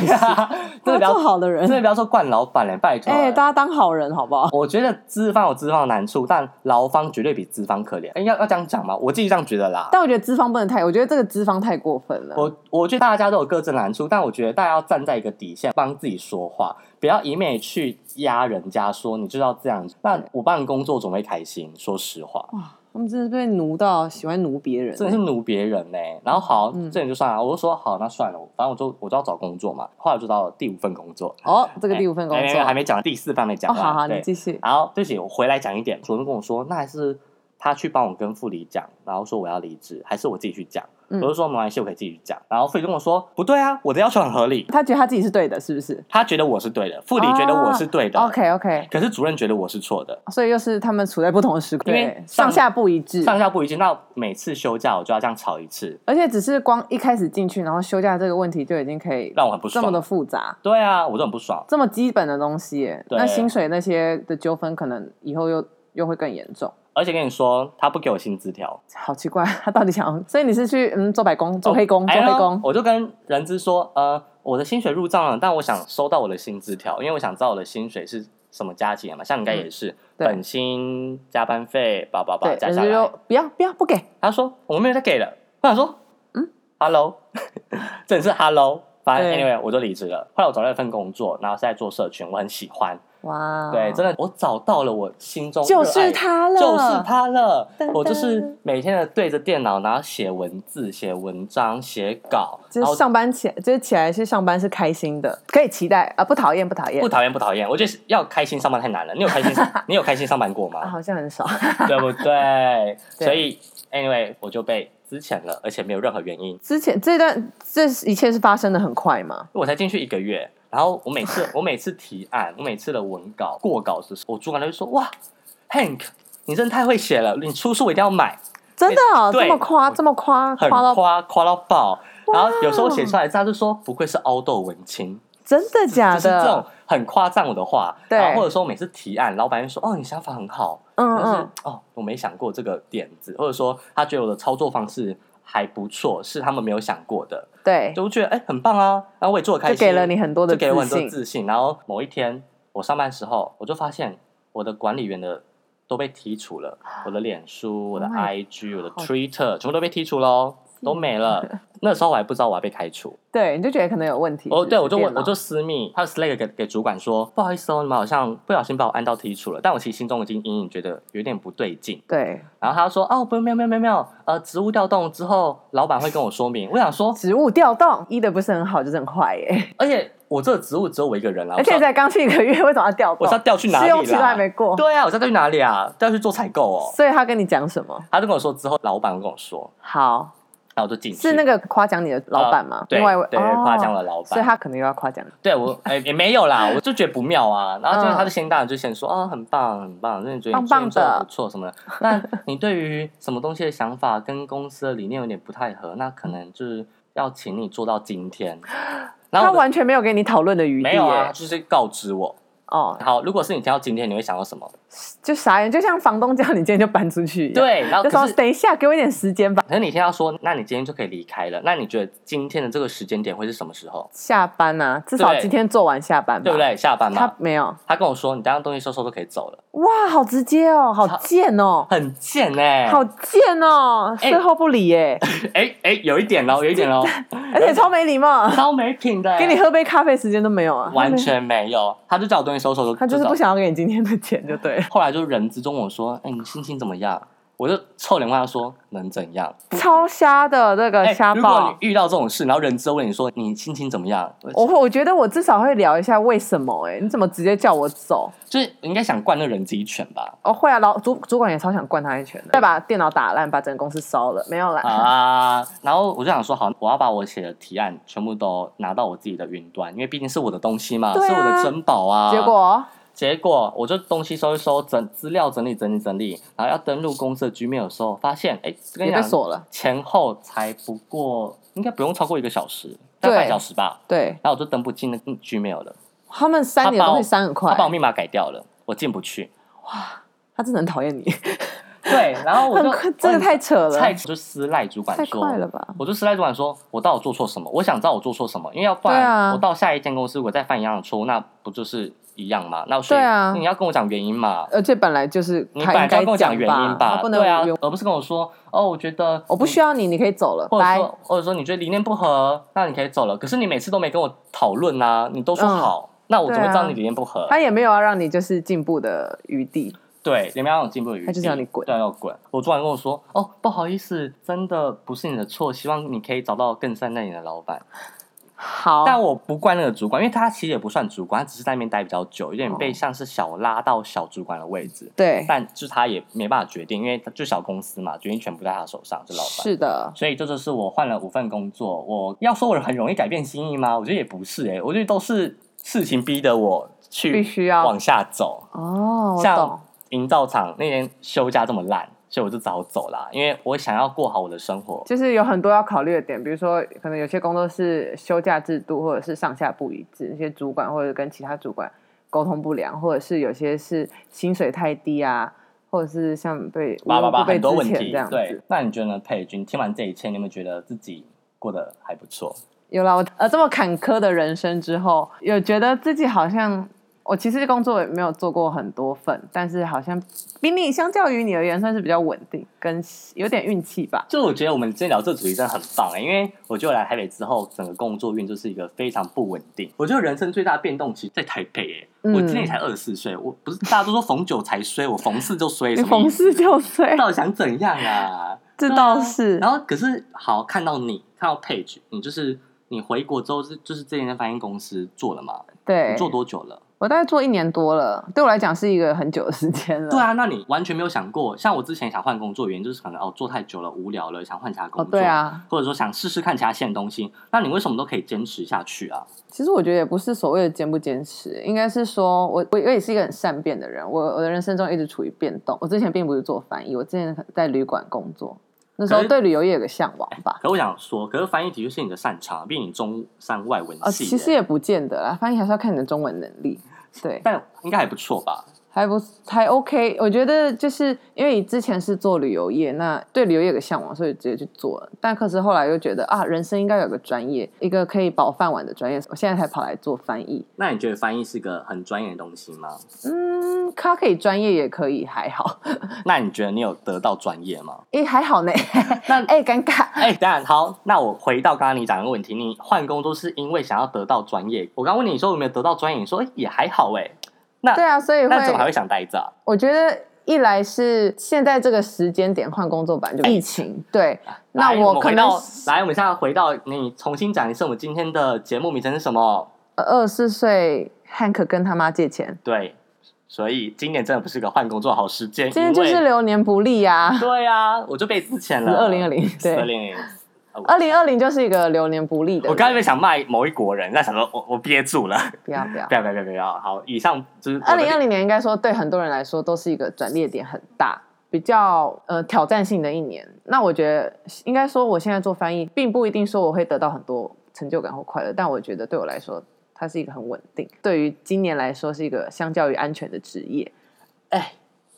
S2: 真的
S1: 事，我要
S2: 不要
S1: 做，好的人
S2: 真，的不要说惯老板了、拜托、
S1: 哎，大家当好人好不好？
S2: 我觉得资方有资方的难处，但劳方绝对比资方可怜。哎、要要这样讲吗？我自己这样觉得啦。
S1: 但我觉得资方不能太，我觉得这个资方太过分了。
S2: 我我觉得大家都有各自难处，但我觉得大家要站在一个底线，帮自己说话，不要一面去压人家说你就要这样。那我帮你工作总会开心，说实话，
S1: 他们真的是被奴到喜欢奴别人，
S2: 真的是奴别人呢、然后好，
S1: 嗯
S2: 这点就算了，我就说好，那算了，反正我就我就要找工作嘛。后来我就到了第五份工作，
S1: 哦，这个第五份工
S2: 哎没有
S1: 作
S2: 没有还没讲，第四份没讲
S1: 哦，
S2: 完。
S1: 好好，
S2: 对
S1: 你继续。
S2: 然后对不起，我回来讲一点，主任跟我说，那还是他去帮我跟副理讲，然后说我要离职，还是我自己去讲。
S1: 嗯
S2: 我就说没关系，我可以自己去讲。然后副理跟我说，不对啊，我的要求很合理。
S1: 他觉得他自己是对的，是不是
S2: 他觉得我是对的，副理觉得我是对的，
S1: 哦？OK OK，
S2: 可是主任觉得我是错的，
S1: 所以又是他们处在不同的时空，
S2: 因为
S1: 对
S2: 上
S1: 上下不一致，
S2: 上下不一致。那每次休假我就要这样吵一次，
S1: 而且只是光一开始进去，然后休假这个问题就已经可以
S2: 让我很不
S1: 这么的
S2: 爽。
S1: 复杂，
S2: 对啊，我就很不爽。
S1: 这么基本的东西耶，
S2: 对
S1: 那薪水那些的纠纷可能以后又又会更严重。
S2: 而且跟你说，他不给我薪资条，
S1: 好奇怪， [LAUGHS] 他到底想要？所以你是去嗯做白工、做黑工、
S2: 哎
S1: 做
S2: 呦
S1: 黑工？
S2: 我就跟人资说，呃，我的薪水入账了，但我想收到我的薪资条，因为我想知道我的薪水是什么加起来嘛。像你应该也是、
S1: 对
S2: 本薪、加班费，叭叭叭
S1: 对，
S2: 加
S1: 人
S2: 下
S1: 家就
S2: 来。
S1: 说不要不要不给，
S2: 他说我没有再给了。我想说，嗯，Hello，真的是 Hello。反正
S1: 对
S2: anyway 我就离职了。后来我找到一份工作，然后是在做社群，我很喜欢。
S1: 哇，哦
S2: 对，真的我找到了我心中
S1: 啊就
S2: 热爱
S1: 是
S2: 的
S1: 他了，
S2: 就是，它了
S1: 噔噔。
S2: 我就是每天的对着电脑，然后写文字、写文章、写稿，然
S1: 就
S2: 后
S1: 是上班起来，就是起来去上班是开心的，可以期待啊，不讨厌不讨厌
S2: 不，讨厌不讨厌。我觉得要开心上班太难了。你有开心，你有开心上班
S1: [LAUGHS]
S2: 过
S1: 啊
S2: 吗？
S1: 好像很少，
S2: 对不对？
S1: 啊对
S2: 所以 anyway 我就被资遣了，而且没有任何原因。
S1: 之前这段这一切是发生的很快嘛？
S2: 我才进去一个月，然后我每
S1: [LAUGHS]
S2: 次我每次提案，我每次的文稿过稿的时候，我主管他就说：“哇，Hank，你真的太会写了，你出书我一定要买。”
S1: 真的、哦、
S2: 对
S1: 这么夸，这么夸，
S2: 很
S1: 夸到
S2: 夸夸到爆。然后有时候写出来，他就说不愧是凹豆文青，
S1: 真的假
S2: 就是这种
S1: 的？
S2: 很夸张我的话，
S1: 对
S2: 然后或者说每次提案，老板就说哦你想法很好，
S1: 嗯
S2: 但是
S1: 嗯，
S2: 哦我没想过这个点子，或者说他觉得我的操作方式还不错，是他们没有想过的，
S1: 对，
S2: 就觉得哎、很棒啊，然后我也做的开
S1: 就
S2: 心，
S1: 给了你很多的
S2: 就给了我
S1: 自
S2: 很多
S1: 信。
S2: 自信。然后某一天我上班时候，我就发现我的管理员的都被剔除了，我的脸书、我的
S1: Oh my
S2: IG、我的
S1: 好
S2: Twitter 全部都被剔除喽，都没
S1: [LAUGHS]
S2: 了。那时候我还不知道我要被开除，
S1: 对，你就觉得可能有问题。
S2: 哦，对，我就
S1: 电
S2: 问，
S1: 脑
S2: 我就私密，还有 Slack 给给主管说，不好意思哦，你们好像不小心把我按到剔除了，但我其实心中已经隐隐觉得有点不对劲。
S1: 对
S2: 然后他说，哦，不，没有没有没有没有，呃，职务调动之后，老板会跟我说明。我想说，
S1: 职务调动，医的不是很好，就是很坏耶。
S2: 而且我这个职务只有我一个人啦，啊
S1: 而且
S2: 我哦是要
S1: 才刚去一个月，为什么要调
S2: 我
S1: 动
S2: 是？要调去哪
S1: 试
S2: 里
S1: 用期都还
S2: 啦？
S1: 没过，
S2: 对啊，我知道要去哪里啊？都要去做采购哦。
S1: 所以他跟你讲什么？
S2: 他就跟我说之后，老板跟我说，
S1: 好，
S2: 然后我就进去。
S1: 是那个夸奖你的老板吗
S2: 呃？对
S1: 另外一位
S2: 对，夸奖
S1: 了，
S2: 了老
S1: 所以
S2: 板。
S1: 他可能又要夸奖你。
S2: 对我哎也没有
S1: [LAUGHS]
S2: 啦，我就觉得不妙啊。然后就是
S1: 嗯
S2: 他就先当然就先说哦，很棒很棒，那你觉得你
S1: 棒棒的
S2: 做得不错什么的。那你对于什么东西的想法跟公司的理念有点不太合，那可能就是要请你做到今天。然后
S1: 他
S2: 我的
S1: 完全没有给你讨论的余地
S2: 没有啊，
S1: 耶。
S2: 就是告知我。
S1: 哦，
S2: 好，如果是你听到今天，你会想到什么？
S1: 就傻眼，就像房东叫你今天就搬出去一样。，
S2: 对，然后
S1: 就说
S2: 哦可是
S1: 等一下，给我一点时间吧。
S2: 可是你听到说，那你今天就可以离开了，那你觉得今天的这个时间点会是什么时候？
S1: 下班啊，至少
S2: 对
S1: 今天做完下班吧，
S2: 对不？对？下班
S1: 他
S2: 嘛，
S1: 没有，
S2: 他跟我说，你当东西收收就可以走了，
S1: 哇，好直接哦，好
S2: 他
S1: 贱哦，
S2: 很贱哎、
S1: 好贱哦，
S2: 哎
S1: 事后不
S2: [LAUGHS]
S1: 理耶，
S2: 哎哎，有一点喽，有一点
S1: [LAUGHS]
S2: 喽，
S1: 而且超没礼貌，
S2: 超没品的、
S1: 给你喝杯咖啡时间都没有啊，
S2: [LAUGHS] 完全没有，他就叫我东西收收就，
S1: 他就是
S2: 走
S1: 不。想要给你今天的钱就
S2: [LAUGHS]
S1: 对了，
S2: 后来就人资中问我说，哎，你心情怎么样？我就臭脸问他说，能怎样？
S1: 超瞎的这个
S2: 哎，
S1: 呃瞎
S2: 如果
S1: 报。
S2: 你遇到这种事，然后人资问你说你心情怎么样，
S1: 我会，我觉得我至少会聊一下为什么哎、你怎么直接叫我走？
S2: 就是你应该想灌那人资一拳吧？
S1: 哦，会啊，老主主管也超想灌他一拳的，再把电脑打烂，把整个公司烧了，没有啦。
S2: 啊，然后我就想说，好，我要把我写的提案全部都拿到我自己的云端，因为毕竟是我的东西嘛，
S1: 对啊
S2: 是我的珍宝啊。
S1: 结果哦
S2: 结果我就东西收一收，整资料整理整理整理，然后要登录公司的 Gmail 的时候，发现哎，跟你
S1: 也被
S2: 讲，
S1: 锁了。
S2: 前后才不过应该不用超过一个小时，大
S1: 对
S2: 概半小时吧。
S1: 对
S2: 然后我就登不进那个 Gmail 了，
S1: 他们删你的东西删很快
S2: 他，把我密码改掉了，我进不去。
S1: 他真的很讨厌你，
S2: 对，然后我
S1: [LAUGHS] 很
S2: 就
S1: 快这个
S2: 我很
S1: 太扯了，
S2: 菜就私赖主管
S1: 太
S2: 说，
S1: 快了吧？
S2: 我就私赖主管说，我到底做错什么？我想知道我做错什么，因为要不
S1: 对啊
S2: 然我到下一间公司，我再犯一样的错误，那不就是一样嘛？那所以
S1: 对啊
S2: 你要跟我讲原因嘛？
S1: 而且呃本来就是
S2: 你
S1: 他
S2: 本来
S1: 应
S2: 就要
S1: 该
S2: 跟我讲原因
S1: 吧，他不能
S2: 对啊
S1: 无缘，
S2: 而不是跟我说哦，我觉得
S1: 我不
S2: 你
S1: 需要你，你可以走了，
S2: 或者
S1: 拜。
S2: 说或者说你觉得理念不合，那你可以走了。可是你每次都没跟我讨论啊，你都说
S1: 嗯
S2: 好，那我怎么
S1: 对啊
S2: 知道你理念不合？
S1: 他也没有要让你就是进步的余地，
S2: 对，你们要有进步的余地，
S1: 他就是要你滚
S2: 对，要滚。我主管跟我说，哦，不好意思，真的不是你的错，希望你可以找到更善待你的老板。
S1: 好，
S2: 但我不怪那个主管，因为他其实也不算主管，他只是在那边待比较久，有
S1: 哦
S2: 点被像是小拉到小主管的位置。
S1: 对，
S2: 但就是他也没办法决定，因为他就小公司嘛，决定权不在他手上，是老板。
S1: 是的，
S2: 所以这就是我换了五份工作。我要说我很容易改变心意吗？我觉得也不是诶、欸我觉得都是事情逼得我去
S1: 必须要
S2: 往下走。
S1: 哦，我懂
S2: 像，营造厂那天休假这么烂，所以我就早走啦，因为我想要过好我的生活。
S1: 就是有很多要考虑的点，比如说可能有些工作是休假制度，或者是上下不一致，一些主管或者跟其他主管沟通不良，或者是有些是薪水太低啊，或者是像被无
S2: 叭叭
S1: 缘
S2: 叭，
S1: 不被
S2: 很多
S1: 之
S2: 问
S1: 前
S2: 题
S1: 这样。
S2: 对
S1: 子。，
S2: 那你觉得呢，佩君？听完这一切，你有没有觉得自己过得还不错？
S1: 有了我呃这么坎坷的人生之后，有觉得自己好像。我其实工作也没有做过很多份，但是好像比你相较于你而言算是比较稳定，跟有点运气吧。
S2: 就我觉得我们今天聊这个主题真的很棒哎、因为我觉得我来台北之后，整个工作运就是一个非常不稳定。我觉得人生最大的变动其实在台北哎、
S1: 嗯
S2: 我今年才二十四岁，我不是大家都说逢九才衰，我逢四就衰，
S1: 你
S2: 什么意
S1: 逢
S2: 思
S1: 四就睡，
S2: 到底想怎样啊？
S1: 这倒是。
S2: 然后可是好看到你看到 Page，你就是你回国之后是就是这间翻译公司做了嘛？
S1: 对
S2: 你，做多久了？
S1: 我大概做一年多了，对我来讲是一个很久的时间了。
S2: 对啊，那你完全没有想过，像我之前想换工作，原因就是可能哦做太久了无聊了，想换其他工
S1: 哦，
S2: 作，
S1: 对，啊，
S2: 或者说想试试看其他新的东西。那你为什么都可以坚持下去啊？
S1: 其实我觉得也不是所谓的坚不坚持，应该是说我我我也是一个很善变的人，我我的人生中一直处于变动。我之前并不是做翻译，我之前在旅馆工作，那时候对旅游业有个向往吧。
S2: 可我想说，可是翻译的确是你的擅长，毕竟你中山外文
S1: 啊、
S2: 系、
S1: 其实也不见得啦，翻译还是要看你的中文能力。对，
S2: 但应该还不错吧？
S1: 还不还 OK，我觉得就是因为之前是做旅游业，那对旅游业有个向往，所以直接去做了。但可是后来又觉得啊，人生应该有个专业，一个可以饱饭碗的专业，我现在才跑来做翻译。
S2: 那你觉得翻译是个很专业的东西吗？
S1: 嗯，它可以专业也可以还好，
S2: 那你觉得你有得到专业吗？
S1: 诶、还好呢。 [LAUGHS]
S2: 那
S1: 哎、尴尬，
S2: 哎、等一下好，那我回到刚刚你讲的问题，你换工作是因为想要得到专业。我刚问你说有没有得到专业，你说、哎也还好哎、那
S1: 对啊，所以
S2: 那怎么还会
S1: 会，
S2: 想待着啊、
S1: 我觉得一来是现在这个时间点换工作版就
S2: 哎
S1: 疫情，对，那
S2: 来
S1: 我
S2: 们
S1: 可
S2: 回
S1: 能
S2: 到来，我们现在回到你重新讲一次，我们今天的节目名称是什么？
S1: 呃二十四岁汉克跟他妈借钱，
S2: 对，所以今年真的不是个换工作好时间，
S1: 今天就
S2: 因
S1: 是
S2: 为
S1: 流年不利啊。
S2: 对啊，我就被之前了，
S1: 二零二零，
S2: 二
S1: 对，
S2: 零零。
S1: 二零二零就是一个流年不利的。
S2: 我刚才想骂某一国人，但想说我我憋住了，
S1: 不
S2: [LAUGHS]
S1: 要不要
S2: 不，要不要不要不要。好，以上就是我的
S1: 二零二零年应该说对很多人来说都是一个转捩点很大、比较呃挑战性的一年。那我觉得应该说，我现在做翻译，并不一定说我会得到很多成就感或快乐，但我觉得对我来说，它是一个很稳定。对于今年来说，是一个相较于安全的职业。
S2: 哎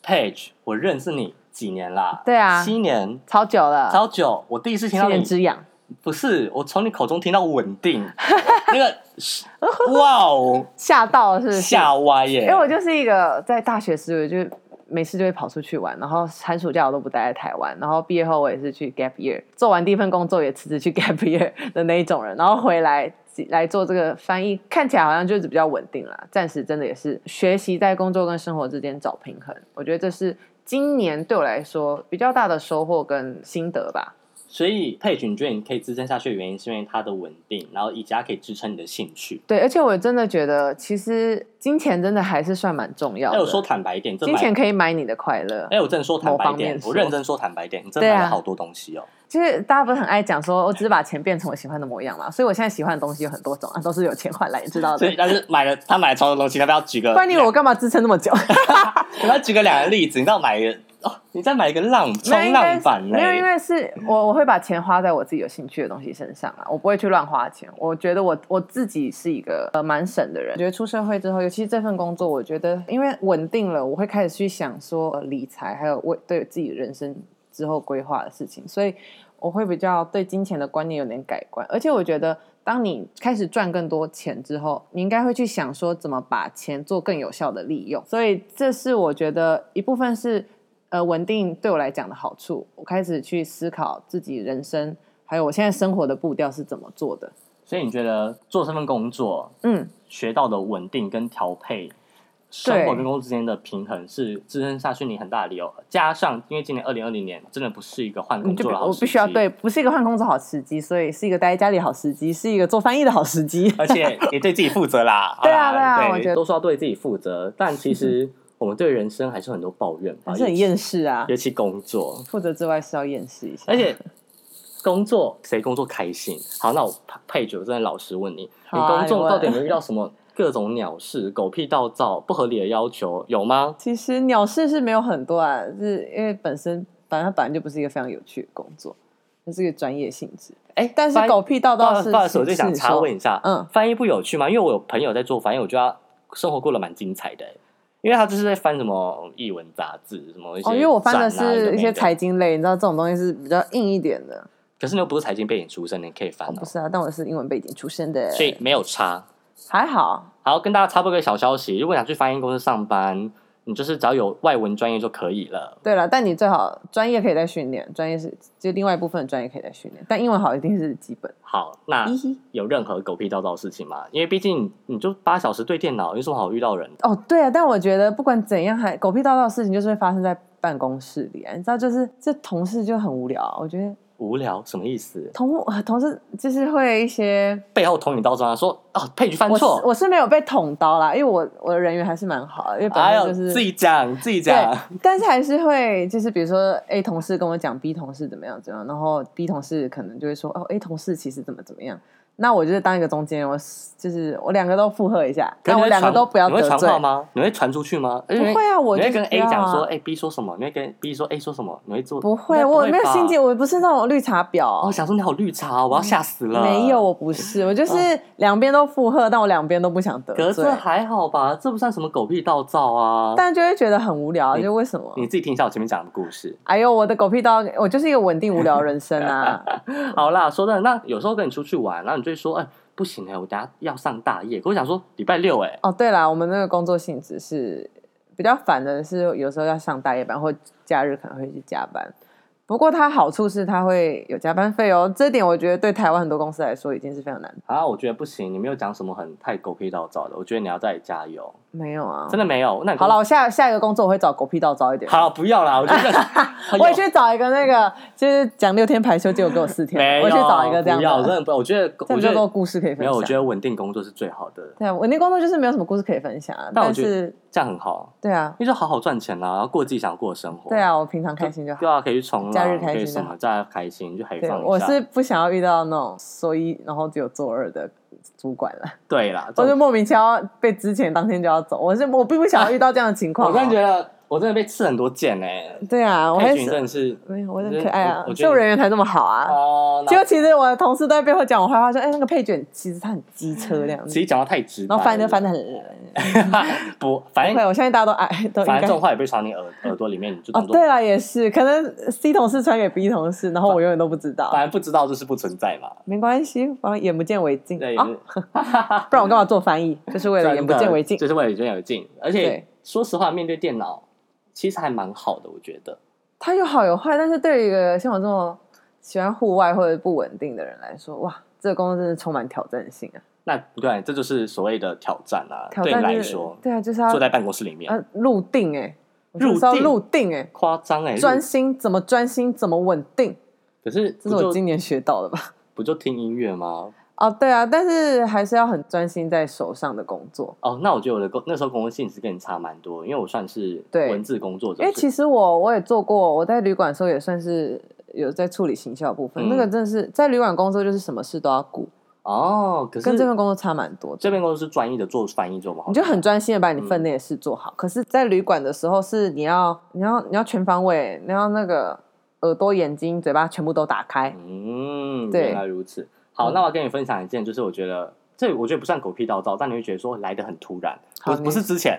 S2: ，Page，我认识你几年啦？
S1: 对啊
S2: 七年，
S1: 超久了，
S2: 超久。我第一次听
S1: 七
S2: 到
S1: 年
S2: 你，
S1: 之痒。
S2: 不是我从你口中听到稳定， [LAUGHS] 那个哇哦，
S1: 吓到 [LAUGHS] 了是不是？
S2: 吓歪耶！
S1: 因为我就是一个在大学时，我就没事就会跑出去玩，然后寒暑假我都不待在台湾，然后毕业后我也是去 gap year，做完第一份工作也辞职去 gap year 的那一种人，然后回来自己来做这个翻译，看起来好像就是比较稳定啦，暂时真的也是学习在工作跟生活之间找平衡，我觉得这是今年对我来说比较大的收获跟心得吧。
S2: 所以 Page，你觉得你可以支撑下去的原因是因为它的稳定，然后以及它可以支撑你的兴趣。
S1: 对，而且我真的觉得，其实金钱真的还是算蛮重要
S2: 哎，
S1: 的。
S2: 我说坦白一点，这
S1: 金钱
S2: 买，
S1: 可以买你的快乐。
S2: 哎，我真的说坦白一
S1: 某方面
S2: 点，
S1: 说
S2: 我认真说坦白一点，你真的
S1: 对啊
S2: 买了好多东西哦。
S1: 就是大家不是很爱讲说，我哦只是把钱变成我喜欢的模样嘛，所以我现在喜欢的东西有很多种啊，都是有钱换来，你知道
S2: 所
S1: 的
S2: 以，。但是买了他买了超多东西，要不要举个？
S1: 不然你以为我干嘛支撑那么久？
S2: 我要举个两个例子，你知道买一个哦，你再买一个浪
S1: 没有
S2: [LAUGHS] 冲
S1: 应该
S2: 浪
S1: 是
S2: 板嘞
S1: 没有，因为是我我会把钱花在我自己有兴趣的东西身上啊，我不会去乱花钱。我觉得我我自己是一个呃蛮省的人，我觉得出社会之后，尤其是这份工作，我觉得因为稳定了，我会开始去想说、呃、理财，还有我对自己人生之后规划的事情，所以我会比较对金钱的观念有点改观，而且我觉得。当你开始赚更多钱之后，你应该会去想说怎么把钱做更有效的利用，所以这是我觉得一部分是呃稳定对我来讲的好处，我开始去思考自己人生，还有我现在生活的步调是怎么做的。
S2: 所以你觉得做这份工作
S1: 嗯，
S2: 学到的稳定跟调配，生活跟工作之间的平衡是支撑下去你很大的理由。加上因为今年二零二零年真的不是一个换
S1: 你
S2: 工
S1: 就
S2: 作的好
S1: 我
S2: 时
S1: 必须要
S2: 机，
S1: 对，不是一个换工作好时机，所以是一个待在家里好时机，是一个做翻译的好时机。。
S2: 而且也对自己负责啦
S1: [LAUGHS] 对啊
S2: 好啦
S1: 对啊我觉得
S2: 都说要对自己负责，但其实我们对人生还是很多抱怨吧，
S1: 还是很
S2: 尤
S1: 厌世啊
S2: 其，尤其工作，
S1: 负责之外是要厌世一下。
S2: 而且工作谁工作开心？好，那我配角真的老实问你，
S1: 好
S2: 你
S1: 啊
S2: 工作到底有
S1: 你问
S2: 没有遇到什么各种鸟事、狗屁倒灶、不合理的要求有吗？
S1: 其实鸟事是没有很多啊，是因为本身反正它本来就不是一个非常有趣的工作，它是一个专业性质。
S2: 哎，
S1: 但是狗屁倒
S2: 不好
S1: 倒
S2: 意思
S1: 是，
S2: 不好意思，我就是想
S1: 你
S2: 插
S1: 说
S2: 问一下，
S1: 嗯
S2: 翻译不有趣吗？因为我有朋友在做翻译，我觉得他生活过得蛮精彩的、因为他就是在翻什么译文杂志，什么一些、啊
S1: 哦，因为我翻的
S2: 的
S1: 是一些财
S2: 财，
S1: 经类，你知道这种东西是比较硬一点的。
S2: 可是你又不是财经背景出身，你可以翻、
S1: 哦，
S2: 哦
S1: 不是啊，但我是英文背景出身的，
S2: 所以没有差。
S1: 还好。
S2: 好，跟大家插播一个小消息，如果想去翻译公司上班，你就是只要有外文专业就可以了。
S1: 对了，但你最好专业可以再训练，专业是就另外一部分的专业可以再训练，但英文好一定是基本。
S2: 好，那
S1: 咦嘻
S2: 有任何狗屁叨叨的事情吗？因为毕竟你就八小时对电脑，有什么好遇到人的？
S1: 哦，对啊，但我觉得不管怎样还，狗屁叨叨的事情就是会发生在办公室里、啊，你知道，就是这同事就很无聊、啊。我觉得
S2: 无聊什么意思？
S1: 同呃同事就是会一些，
S2: 背后捅你刀啊，说哦，配局犯
S1: 我是
S2: 错，
S1: 我是没有被捅刀啦，因为我我的人缘还是蛮好的，因为本
S2: 哎
S1: 来
S2: 呦，
S1: 就是、
S2: 自己讲自己讲。
S1: 对，但是还是会就是比如说 A 同事跟我讲 B 同事怎么样怎么样，然后 B 同事可能就会说哦 A 同事其实怎么怎么样，那我就是当一个中间人，我就是我两个都附和一下，
S2: 可是
S1: 但
S2: 你
S1: 我
S2: 会
S1: 两个
S2: 传
S1: 都不要
S2: 你会
S1: 得
S2: 传
S1: 罪
S2: 话。吗？你会传出去吗？不
S1: 不会啊，我
S2: 你
S1: 就
S2: 会
S1: 是
S2: 跟
S1: 不
S2: A
S1: 要
S2: 讲
S1: 啊
S2: 说，哎，B 说什么？你会跟 B 说 A 说什么？你会做？
S1: 不会，
S2: 应该
S1: 我没有
S2: 吧
S1: 心机，。我不是那种绿茶婊
S2: 哦，。想说你好绿茶哦，我要吓死了。
S1: 嗯没有，，我不是，我就是两边都附和，但我两边都不想得
S2: 嗯可是
S1: 罪
S2: 这，还好吧？这不算什么狗屁道造啊。
S1: 但就会觉得很无聊，啊
S2: 你
S1: 就为什么？
S2: 你自己听一下我前面讲的故事。
S1: 哎呦，我的狗屁刀，我就是一个稳定无聊的人
S2: [LAUGHS]
S1: 生啊！
S2: 好啦，说真的，那有时候跟你出去玩，然后你就会说，哎、不行哎、我等下要上大夜。可我想说礼拜六哎、
S1: 哦，对啦，我们那个工作性质是比较烦的是，有时候要上大夜班，或假日可能会去加班。不过它好处是它会有加班费哦，这点我觉得对台湾很多公司来说已经是非常难。
S2: 啊，我觉得不行，你没有讲什么很太狗屁道造的，我觉得你要再加油，
S1: 没有啊，
S2: 真的哎没有。那你
S1: 好了，，我下下一个工作我会找狗屁
S2: [LAUGHS]
S1: 道招一点。
S2: 好不要啦，我
S1: [LAUGHS]
S2: 觉得
S1: 我也去找一个那个，就是讲六天排休，结果给我四
S2: 没
S1: 天，
S2: 有，
S1: 我去找一个这样
S2: 不要，真
S1: 的，
S2: 的不要，我觉得
S1: 这
S2: 我
S1: 么
S2: 觉
S1: 多
S2: 得
S1: 故事可以分
S2: 没有，我
S1: 享。
S2: 觉得稳定工作是最好的，
S1: 对啊，稳定工作就是没有什么故事可以分享啊，
S2: 但我
S1: 但
S2: 觉得
S1: 是
S2: 这样很好，
S1: 对啊，
S2: 因为就好好赚钱啊，然后过自己想过的生活。
S1: 对，啊，我平常开心就好。
S2: 对啊，可以去冲浪，
S1: 假日开心
S2: 可以
S1: 就
S2: 什么，
S1: 好
S2: 再开心就海
S1: 对，
S2: 放一下。
S1: 我是不想要遇到那种说一然后只有做二的主管了，
S2: 对啦，
S1: 我
S2: 这
S1: 就
S2: 种
S1: 莫名其妙被之前当天就要走，我是我并不想要遇到这样的情况、
S2: [LAUGHS]
S1: 哦
S2: 我真的觉得我真的被刺很多箭哎、
S1: 对啊，我还
S2: 佩群真
S1: 是
S2: 的是
S1: 没有，我
S2: 我
S1: 很
S2: 觉得
S1: 可爱啊
S2: 我，我觉
S1: 这
S2: 得
S1: 种
S2: 你
S1: 人缘才这么好啊。
S2: 哦，
S1: 结果其实我的同事都在背后讲我坏话，说哎那个配卷其实他很机车这样
S2: 那
S1: 子
S2: 其，实讲到太直白了，
S1: 然后翻就翻的很，
S2: [LAUGHS] 不，反
S1: 不会，
S2: 正
S1: 我相信大家都爱都应
S2: 反正这
S1: 该
S2: 种。话也被传你耳耳朵里面，你就
S1: 哦
S2: 当，做、
S1: 对了，也是，可能 C 同事传给 B 同事，然后我永远都不知道
S2: 反，正不知道就是不存在嘛。
S1: 没关系，反正眼不见为净
S2: 对，
S1: 啊，不然我干嘛做
S2: [LAUGHS]
S1: 翻译？就是为了眼不见为净。
S2: 就是为了眼不见为净。而且
S1: 对
S2: 说实话，面对电脑其实还蛮好的，我觉得。
S1: 它有好有坏，但是对于一个像我这么喜欢户外或者不稳定的人来说，哇，这个工作真的充满挑战性啊！
S2: 那对，这就是所谓的挑战啊。
S1: 挑
S2: 对
S1: 战、就
S2: 你
S1: 是、
S2: 来说，
S1: 对啊，就是要
S2: 坐在办公室里面，
S1: 呃入定哎、欸，我
S2: 入定
S1: 就是要入定哎、
S2: 夸张哎、
S1: 欸，专心怎么专心怎么稳定，
S2: 可是不
S1: 这是我
S2: 就
S1: 今年学到的吧？ [LAUGHS]
S2: 不就听音乐吗？
S1: 哦，对啊，但是还是要很专心在手上的工作，
S2: 哦，那我觉得我的工那时候工作性质跟你差蛮多，因为我算是
S1: 对
S2: 文字工作者，
S1: 因为其实我我也做过，我在旅馆的时候也算是有在处理行销的部分，
S2: 嗯
S1: 那个真的是在旅馆工作就是什么事都要顾，
S2: 哦，可是哦
S1: 跟这份工作差蛮多的。
S2: 这边工作是专业的做翻译做不好，
S1: 你就很专心的把你
S2: 嗯
S1: 分内的事做好。可是，在旅馆的时候，是你要你要你要全方位，你要那个耳朵、眼睛、嘴巴全部都打开。
S2: 嗯，
S1: 对
S2: 原来如此。好，
S1: 嗯
S2: 那我要跟你分享一件，就是我觉得这我觉得不算狗屁倒灶，但你会觉得说来的很突然，不
S1: 好
S2: 不是之前，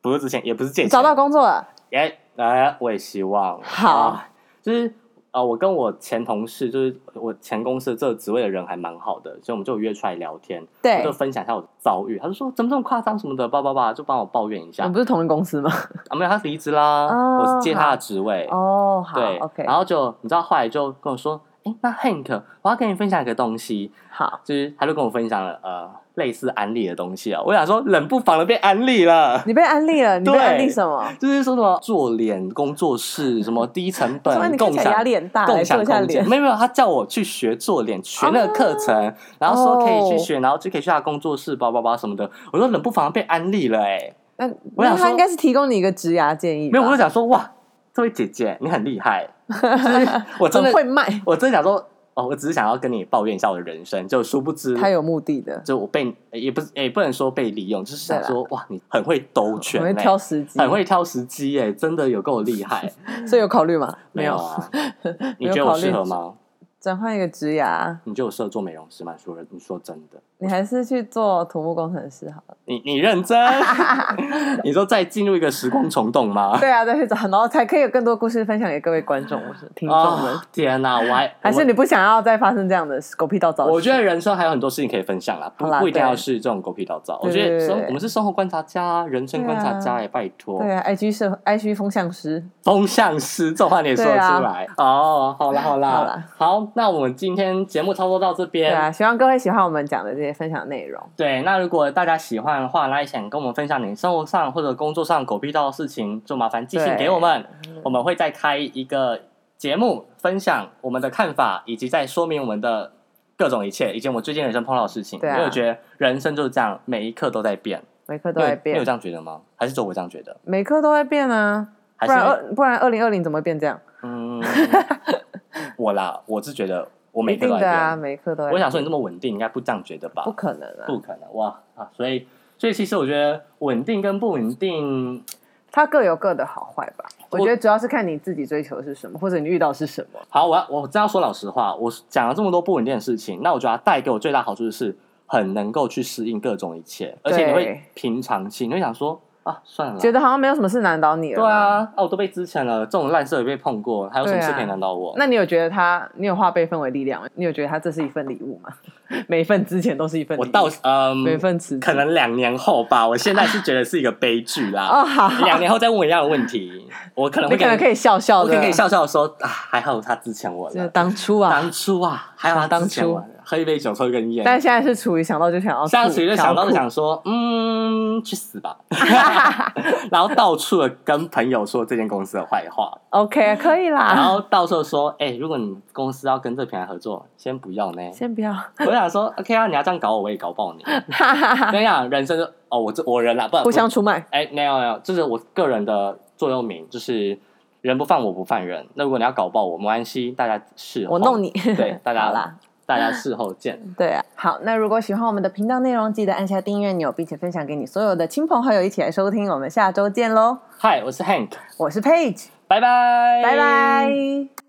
S2: 不是之前，也不是借
S1: 你
S2: 钱，
S1: 找到工作了，
S2: 哎哎，我也希望
S1: 好
S2: 啊就是呃，我跟我前同事，就是我前公司的这个职位的人还蛮好的，所以我们就约出来聊天，我
S1: 对
S2: 就，分享一下我的遭遇。他就说怎么这么夸张什么的，叭叭叭，就帮我抱怨一
S1: 我
S2: 下
S1: 们。不是同一公司吗？
S2: 啊，没有，他离职啦，
S1: 哦
S2: 我是接他
S1: 好
S2: 的职位。
S1: 哦，好
S2: 对
S1: ，OK，
S2: 然后就你知道，后来就跟我说，哎，那 Hank，我要跟你分享一个东西，
S1: 好，
S2: 就是他就跟我分享了呃类似安利的东西啊，我想说冷不防的被安利了， [LAUGHS]
S1: 你被安利了，你被
S2: 对
S1: 安利什么？
S2: 就是说什么做脸工作室，什么低成
S1: 说哎
S2: 本
S1: 你看
S2: 共
S1: 起来压
S2: 享。
S1: 力很大，来欸
S2: 共
S1: 做
S2: 享
S1: 一下
S2: 空
S1: 脸哦
S2: 间，。没有没有，他叫我去学做脸，学那个课程，然后说可以去学，然后就可以去他的工作室，叭叭叭什么的。我说冷不防被安利了、哎，
S1: 那
S2: [LAUGHS] 我想
S1: 那
S2: 说
S1: 他应该是提供你一个职涯建议
S2: 没
S1: 吧，
S2: 有，我就想说哇，这位姐姐你很厉
S1: [LAUGHS]
S2: 害，就是我真的
S1: 很会卖，
S2: 我真的想说，哦，我只是想要跟你抱怨一下我的人生，就殊不知，
S1: 他有目的的，
S2: 就我被呃也不是也不能说被利用，就是想
S1: 对啦
S2: 说，哇，你很会兜
S1: 很
S2: 圈、欸，
S1: 会挑时机，
S2: 很会挑时机耶、真的有够厉害。
S1: [LAUGHS] 所以有考虑吗？
S2: 没有，
S1: [LAUGHS]
S2: 啊，你
S1: 没有
S2: 觉得
S1: 考
S2: 我
S1: 虑
S2: 适合吗？
S1: 转换一个职涯，
S2: 你觉得我适合做美容师吗？说你说真的，
S1: 你还是去做土木工程师好了。
S2: 你你认
S1: [LAUGHS]
S2: 真？你说再进入一个时光虫洞
S1: [LAUGHS]
S2: 吗？
S1: 对啊，再去找，然后才可以有更多故事分享给各位观众、我是听众们。
S2: 哦，天哪、我还
S1: 还是
S2: 我
S1: 你不想要再发生这样的狗屁倒灶？
S2: 我觉得人生还有很多事情可以分享啦，不
S1: 好啦
S2: 不一定要
S1: 对
S2: 是这种狗屁倒灶。我
S1: 对
S2: 觉得
S1: 对对
S2: 生
S1: 对
S2: 我们是生活观察家啊，人生观察
S1: 对啊
S2: 家哎，拜托。
S1: 对啊，IG 社 IG 风向师，
S2: 风向师，这种话你也说得出
S1: 对啊
S2: 来、哦。好啦，好啦，
S1: 好啦
S2: 好那我们今天节目操作到这
S1: 对
S2: 边。
S1: 啊，希望各位喜欢我们讲的这些分享内容。
S2: 对，那如果大家喜欢的话，那也想跟我们分享你生活上或者工作上狗屁到的事情，就麻烦寄信
S1: 对
S2: 给我们，我们会再开一个节目分享我们的看法，以及再说明我们的各种一切，以及我们最近人生碰到的事情。
S1: 对啊
S2: 因为我觉得人生就是这样，每一刻都在变。
S1: 每刻都
S2: 你有
S1: 在
S2: 你有
S1: 变
S2: 这，样觉得吗？还是只有我这样觉得？
S1: 每刻都在变啊！
S2: 还
S1: 不
S2: 是 [LAUGHS]
S1: 然二不然二零二零怎么会变这样？
S2: 嗯，我啦，我是觉得我每
S1: 一
S2: 科都
S1: 定
S2: 来
S1: 的啊，
S2: 编。
S1: 每一课都来
S2: 我想说你这么稳定，应该不这样觉得吧？
S1: 不可能啊，
S2: 不可能哇啊！所以所以其实我觉得稳定跟不稳定，
S1: 它各有各的好坏吧。我
S2: 我嗯
S1: 觉得主要是看你自己追求是什么，或者你遇到是什么。
S2: 好，我要我真要说老实话，我讲了这么多不稳定的事情，那我觉得它带给我最大好处就是很能够去适应各种一切，而且你会平常心，你会想说啊，算了啦，
S1: 觉得好像没有什么事难倒你了。
S2: 对，啊，啊我都被之前了，这种烂事也被碰过，还有什么事可以难倒我？
S1: 啊那你有觉得他，你有化悲愤为力量吗？你有觉得他这是一份礼物吗？ [LAUGHS] 每一份之前都是一份礼物，
S2: 我到嗯，
S1: 每一份辞职
S2: 可能两年后吧，我现在是觉得是一个悲剧啦。
S1: 哦好，
S2: 两年后再问我一样的问题，我可能
S1: 你
S2: 会
S1: 可能可
S2: 以，
S1: 以笑笑
S2: 我可
S1: 的，
S2: 能可以，笑笑地说啊，还好他之前我
S1: 就是
S2: 了。
S1: 当初啊。
S2: 当初啊，还有他之前我了喝一杯酒，抽一根烟，
S1: 但现在是处于想到就想要吐，
S2: 下次就想到就
S1: 要
S2: 想说，嗯，去死
S1: [LAUGHS]
S2: 吧，然后到处的跟朋友说这间公司的坏话，
S1: 吐 OK 可以
S2: 然
S1: 啦，
S2: 后到时候说，哎、如果你公司要跟这品牌合作，先不要呢。
S1: 先不要，
S2: 我想说，OK 啊，你要这样搞我，我也搞
S1: [LAUGHS]
S2: 爆你。跟你讲，人生就哦，我这我人啦，不
S1: 互相出卖，
S2: 哎、没有没有，这是我个人的座右铭，就是人不犯我不犯人。那如果你要搞爆我，没关系，大家事后
S1: 我弄你，
S2: 对大家
S1: [LAUGHS] 好啦，
S2: 大家事后见。
S1: 对啊。好，那如果喜欢我们的频道内容，记得按下订阅钮，并且分享给你所有的亲朋好友一起来收听。我们下周见喽！
S2: 嗨，我是 Hank，
S1: 我是 Page，
S2: 拜拜，
S1: 拜拜。